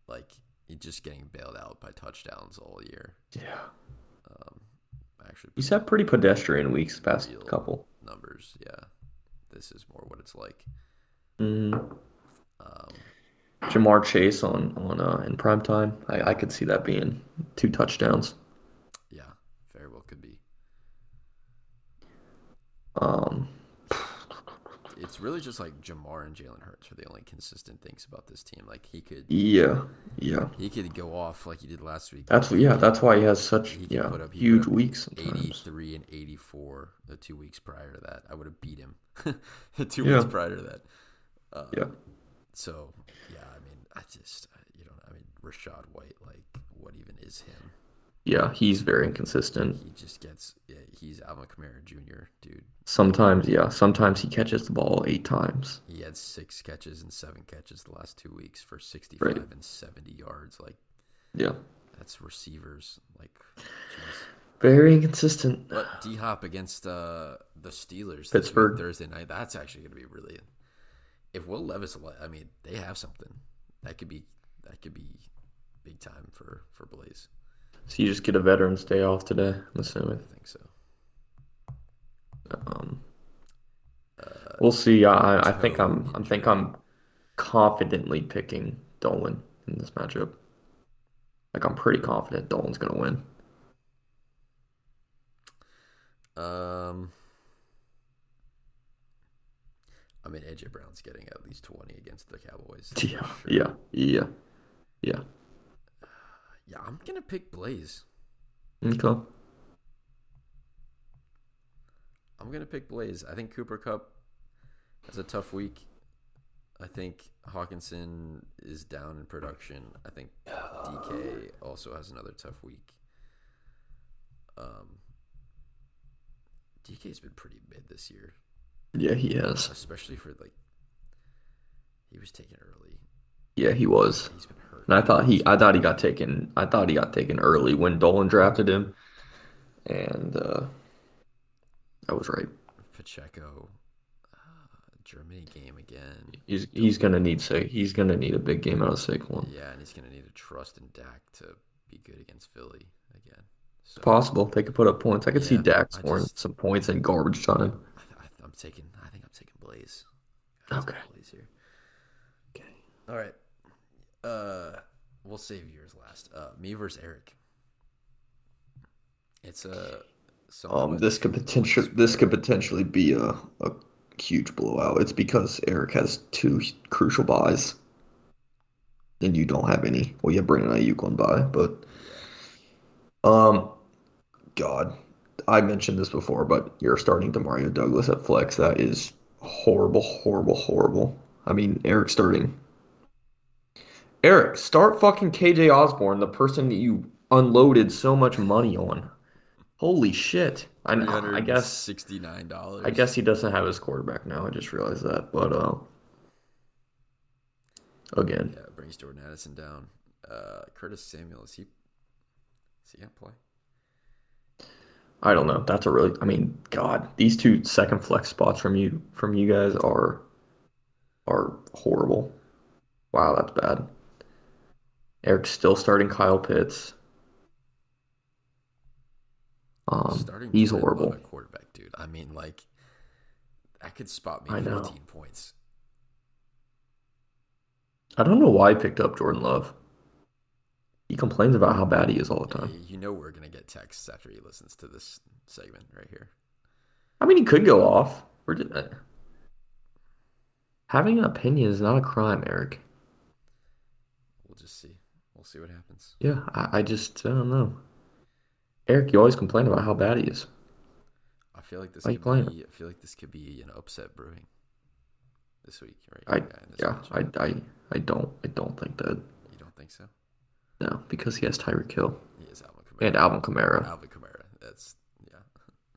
like he just getting bailed out by touchdowns all year.
Yeah.
Um, actually,
He's had pretty pedestrian weeks past
Real.
couple.
numbers. Yeah, this is more what it's like.
Mm,
Um,
Jamar Chase on on uh, in prime time. I, I could see that being two touchdowns.
yeah, very well could be.
Um,
It's really just like Jamar and Jalen Hurts are the only consistent things about this team. Like he could
yeah, yeah.
he could go off like he did last week.
That's yeah. That's why he has such
He can
yeah
put up- he
huge
put up
weeks sometimes.
83 and 84 the two weeks prior to that. I would have beat him <laughs> the two
Yeah.
weeks prior to that. Uh,
Yeah.
So, yeah, I mean, I just, I- you don't, I mean, Rashad White, like, what even is him?
Yeah, he's very inconsistent.
He just gets, yeah, he's Alvin Kamara Jr., dude.
Sometimes yeah. Sometimes he catches the ball eight times.
He had six catches and seven catches the last two weeks for 65
Right.
and 70 yards. Like,
Yeah.
that's receivers. Like, jeez.
Very inconsistent.
But D Hop against uh, the Steelers this week,
Pittsburgh.
Thursday night. That's actually going to be really if Will Levis, le- I mean, they have something that could be that could be big time for for Blaze.
So you just get a veteran's day off today, I'm
I
assuming.
think so.
Um,
Uh,
we'll see. I, I- I think
Toe
I'm I think I'm confidently picking Dolan in this matchup. Like I'm pretty confident Dolan's gonna win.
Um, I mean, AJ Brown's getting at least twenty against the Cowboys. that's
<laughs> Yeah,
for sure.
yeah, yeah, yeah.
yeah. I'm gonna pick Blaze.
Okay.
I'm gonna pick Blaze. I think Cooper Cup has a tough week. I think Hawkinson is down in production. I think DK also has another tough week. Um, DK's been pretty mid this year,
Yeah, he is.
especially for like he was taken early.
Yeah, he was.
He's been hurt.
And I thought he I thought he got taken I thought he got taken early when Dolan drafted him. And uh I was right.
Pacheco, uh, Germany game again.
He's he's gonna need Sa he's gonna need a big game out of Saquon.
Yeah, and he's gonna need to trust in Dak to be good against Philly again. So
It's possible. They could put up points. I could see
Yeah,
Dak
I
scoring
just-
some points in garbage time.
I, th- I, th- I'm taking. I think I'm taking Blaze. I think I'm
Okay.
taking Blaze here.
Okay.
All right. Uh, we'll save yours last. Uh, me versus Eric. It's uh, a.
Um this could potentially this could potentially be a, a huge blowout. It's because Eric has two crucial buys. And you don't have any. Well you have Brandon Ayuk on buy, but Um, God, I mentioned this before, but you're starting Demario Douglas at flex. That is horrible, horrible, horrible. I mean, Eric starting. Eric, start fucking KJ Osborne, the person that you unloaded so much money on. Holy shit. I, I guess
sixty nine dollars.
I guess he doesn't have his quarterback now. I just realized that. But uh, again,
Yeah, it brings Jordan Addison down. Uh, Curtis Samuel is he? Is he gonna play?
I don't know. That's a really, I mean, God, these two second flex spots from you from you guys are are horrible. Wow, that's bad. Eric's still starting Kyle Pitts. Um,
Starting
he's
Jordan Love
horrible.
at quarterback, dude. I mean, like, that could spot me
I know.
fifteen points.
I don't know why I picked up Jordan Love. He complains about how bad he is all the time.
Y- You know we're gonna get texts after he listens to this segment right here.
I mean, he could go off. We're just, uh, having an opinion is not a crime, Eric.
We'll just see. We'll see what happens.
Yeah, I, I just I don't know. Eric, you always complain about how bad he is.
I feel like this
Why you
could
playing
be. I feel like this could be an upset brewing this week,
I
right? Yeah, in this
yeah,
matchup.
I, I I don't I don't think that
You don't think so?
no because he has Tyreek Hill
He is Alvin Kamara.
and Alvin Kamara.
Alvin Kamara. That's yeah.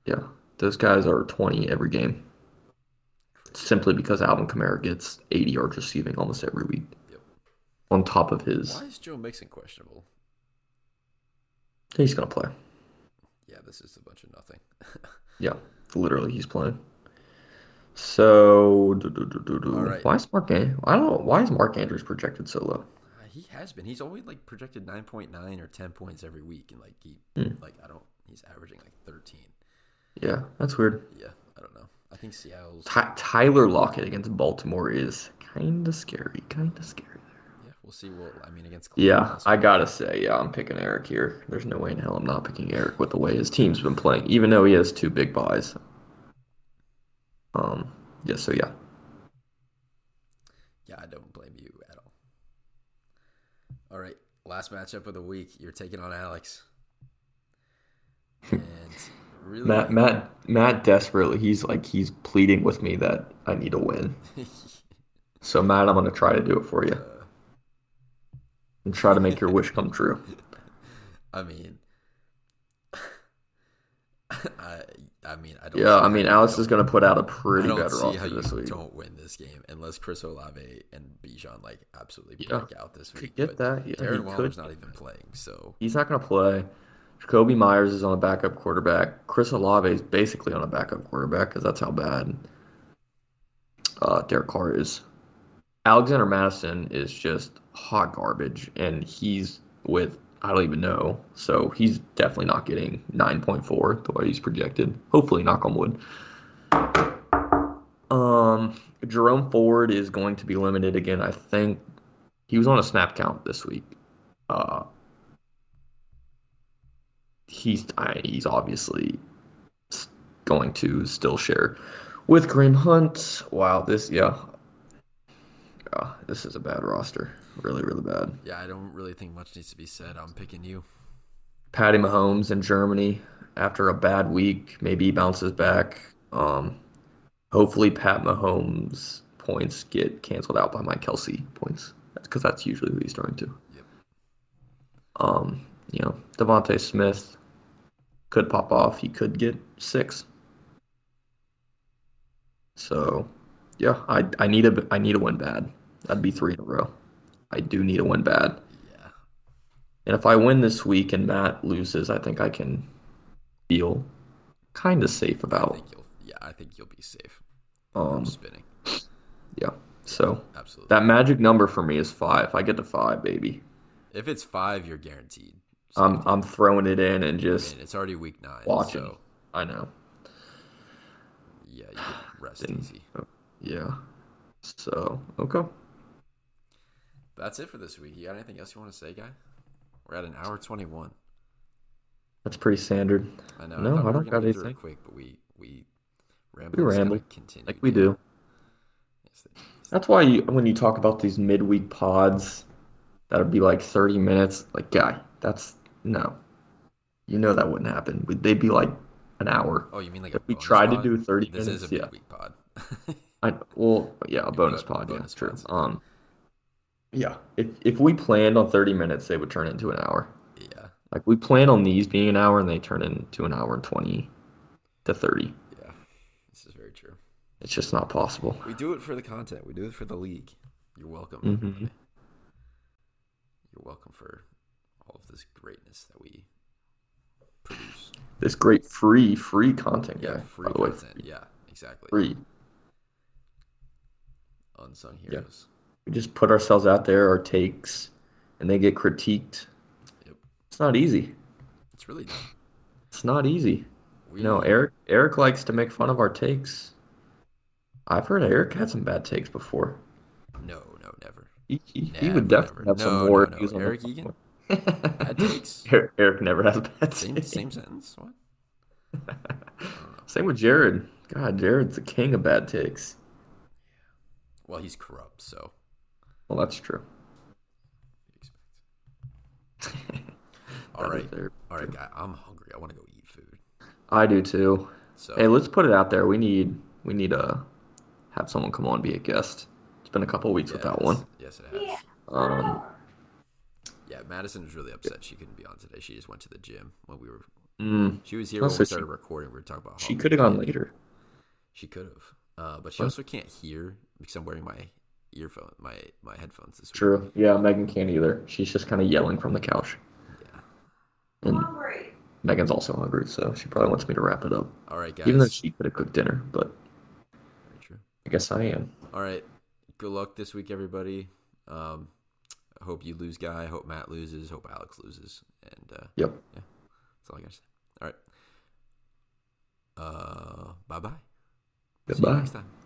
Yeah, those guys are 20 every game simply because Alvin Kamara gets 80 yards receiving almost every week
Yep.
on top of his.
Why is Joe Mixon questionable?
He's gonna play.
Yeah, this is a bunch of nothing. <laughs>
Yeah, literally he's playing. So do, do, do, do, do.
All right.
Why is Mark? An- I don't know. Why is Mark Andrews projected so low?
Uh, he has been. He's only like projected nine point nine or ten points every week, and like he,
Hmm.
like I don't. He's averaging like thirteen.
Yeah, that's weird.
Yeah, I don't know. I think Seattle's.
Ty Tyler Lockett against Baltimore is kind of scary. Kind of scary.
Yeah, we'll see. Well, I mean, against Cleveland
Yeah,
this
I
week.
gotta say, yeah, I'm picking Eric here. There's no way in hell I'm not picking Eric with the way his team's been playing, even though he has two big buys. Um, yeah, so yeah,
Yeah, I don't blame you at all. All right, last matchup of the week. You're taking on Alex. And really,
Hmm.
<laughs>
Matt, Matt, Matt desperately, he's like, he's pleading with me that I need a win. So Matt, I'm gonna try to do it for you
Uh,
and try to make your wish come true.
I mean, <laughs> I, I mean, I don't.
Yeah,
see
I mean,
how you
Alex
don't-
is gonna put out a
I
pretty
don't
bad
see how
roster
you
this week.
don't win this game unless Chris Olave and Bijan like absolutely
Yeah.
break out this week.
Could get
but
that. Yeah, he
Darren Waller's
could.
not even playing, so
He's not going to play. Jacoby Myers is on a backup quarterback. Chris Olave is basically on a backup quarterback because that's how bad uh, Derek Carr is. Alexander Madison is just hot garbage, and he's with I don't even know, so he's definitely not getting 9.4 the way he's projected. Hopefully, knock on wood. Um, Jerome Ford is going to be limited again. I think he was on a snap count this week. Uh, he's I, he's obviously s- going to still share with Kareem Hunt. Wow, this yeah, yeah, this is a bad roster. Really, really bad.
Yeah, I don't really think much needs to be said. I'm picking you.
Patty Mahomes in Germany after a bad week. Maybe he bounces back. Um, hopefully, Pat Mahomes points get canceled out by Mike Kelsey points. That's because that's usually who he's throwing to.
Yep.
Um, you know, Devontae Smith could pop off. He could get six. So, yeah, I, I need a I need a win bad. That'd be three in a row. I do need a win bad.
Yeah.
And if I win this week and Matt loses, I think I can feel kind of safe
I
about.
think you'll yeah, I think you'll be safe from
Um,
spinning.
yeah. So
Absolutely.
that magic number for me is five. I get to five, baby.
if it's five, you're guaranteed. So,
I'm I'm throwing it in and
I
just
mean, it's already week nine.
watching.
So
I know.
yeah, you can
<sighs>
rest
Didn't- oh,
easy.
Yeah. So okay.
That's it for this week. You got anything else you want to say, guy? We're at an hour twenty one.
That's pretty standard.
I know.
No,
thought
I
we were
don't
gonna
got
get through it
anything.
Quick, but we we rambled.
ramble,
Continue
Like we do.
Yes, they-
That's why you, when you talk about these midweek pods, that would be like 30 minutes. Like, guy, that's no. You know that wouldn't happen. We'd- They'd be like an hour.
Oh, you mean like
If
a
we
bonus
tried to
pod?
do 30
This
minutes,
is a
yeah.
midweek pod. <laughs>
I, well, yeah, a bonus
bo-
pod,
bonus
yeah, true.
pods.
Um, yeah, if if we planned on 30 minutes, they would turn into an hour.
yeah,
Like we plan on these being an hour, and they turn into an hour and 20 to 30.
yeah. This is very true.
It's just not possible.
We do it for the content. We do it for the league. You're welcome.
Mhm.
everybody. You're welcome for all of this greatness that we produce.
This great free free content,
Yeah,
guy,
free
by the way.
content. Yeah, exactly.
Free.
Unsung
Yeah.
heroes.
we just put ourselves out there, our takes, and they get critiqued.
Yep.
It's not easy.
It's really not.
It's not easy.
We,
You know, Eric Eric likes to make fun of our takes. I've heard Eric had some bad takes before.
No, no, never.
He, he, he
Never,
would definitely
never.
have some
No,
more.
no,
if
no.
he was on the
Eric
<laughs>
Egan?
platform.
Bad takes.
<laughs> Eric, Eric never has bad
Same,
takes.
same sentence. What?
Same with Jared. God, Jared's the king of bad takes.
Well, he's corrupt, so
Well, that's true. <laughs>
you expect. All
That
right,
is Eric.
all right, guy. I'm hungry. I want to go eat food.
I do too.
So
Hey, let's put it out there. We need we need to have someone come on and be a guest. It's been a couple weeks
yeah,
without
yes,
one.
Yes, it has.
Yeah.
Um,
Yeah, Madison was really upset she couldn't be on today. She just went to the gym when we were.
mm,
She was here
Oh,
when
so
we
she-
started recording. We were talking about.
she
how-
could have gone later.
She could have, uh, but she
Huh.
also can't hear because I'm wearing my earphone, my my headphones this week.
True. Yeah, Megan can't either. She's just kind of yelling from the couch.
Yeah.
I'm
And
hungry.
Megan's also hungry, so she probably wants me to wrap it up.
All right, guys.
Even though she could have cooked dinner, but
Very true.
I guess I am.
All right. Good luck this week, everybody. Um, I hope you lose, guy. I hope Matt loses. Hope Alex loses. And uh,
Yep.
that's all I got to say. All right. Uh, bye bye. See you
Goodbye.
next time.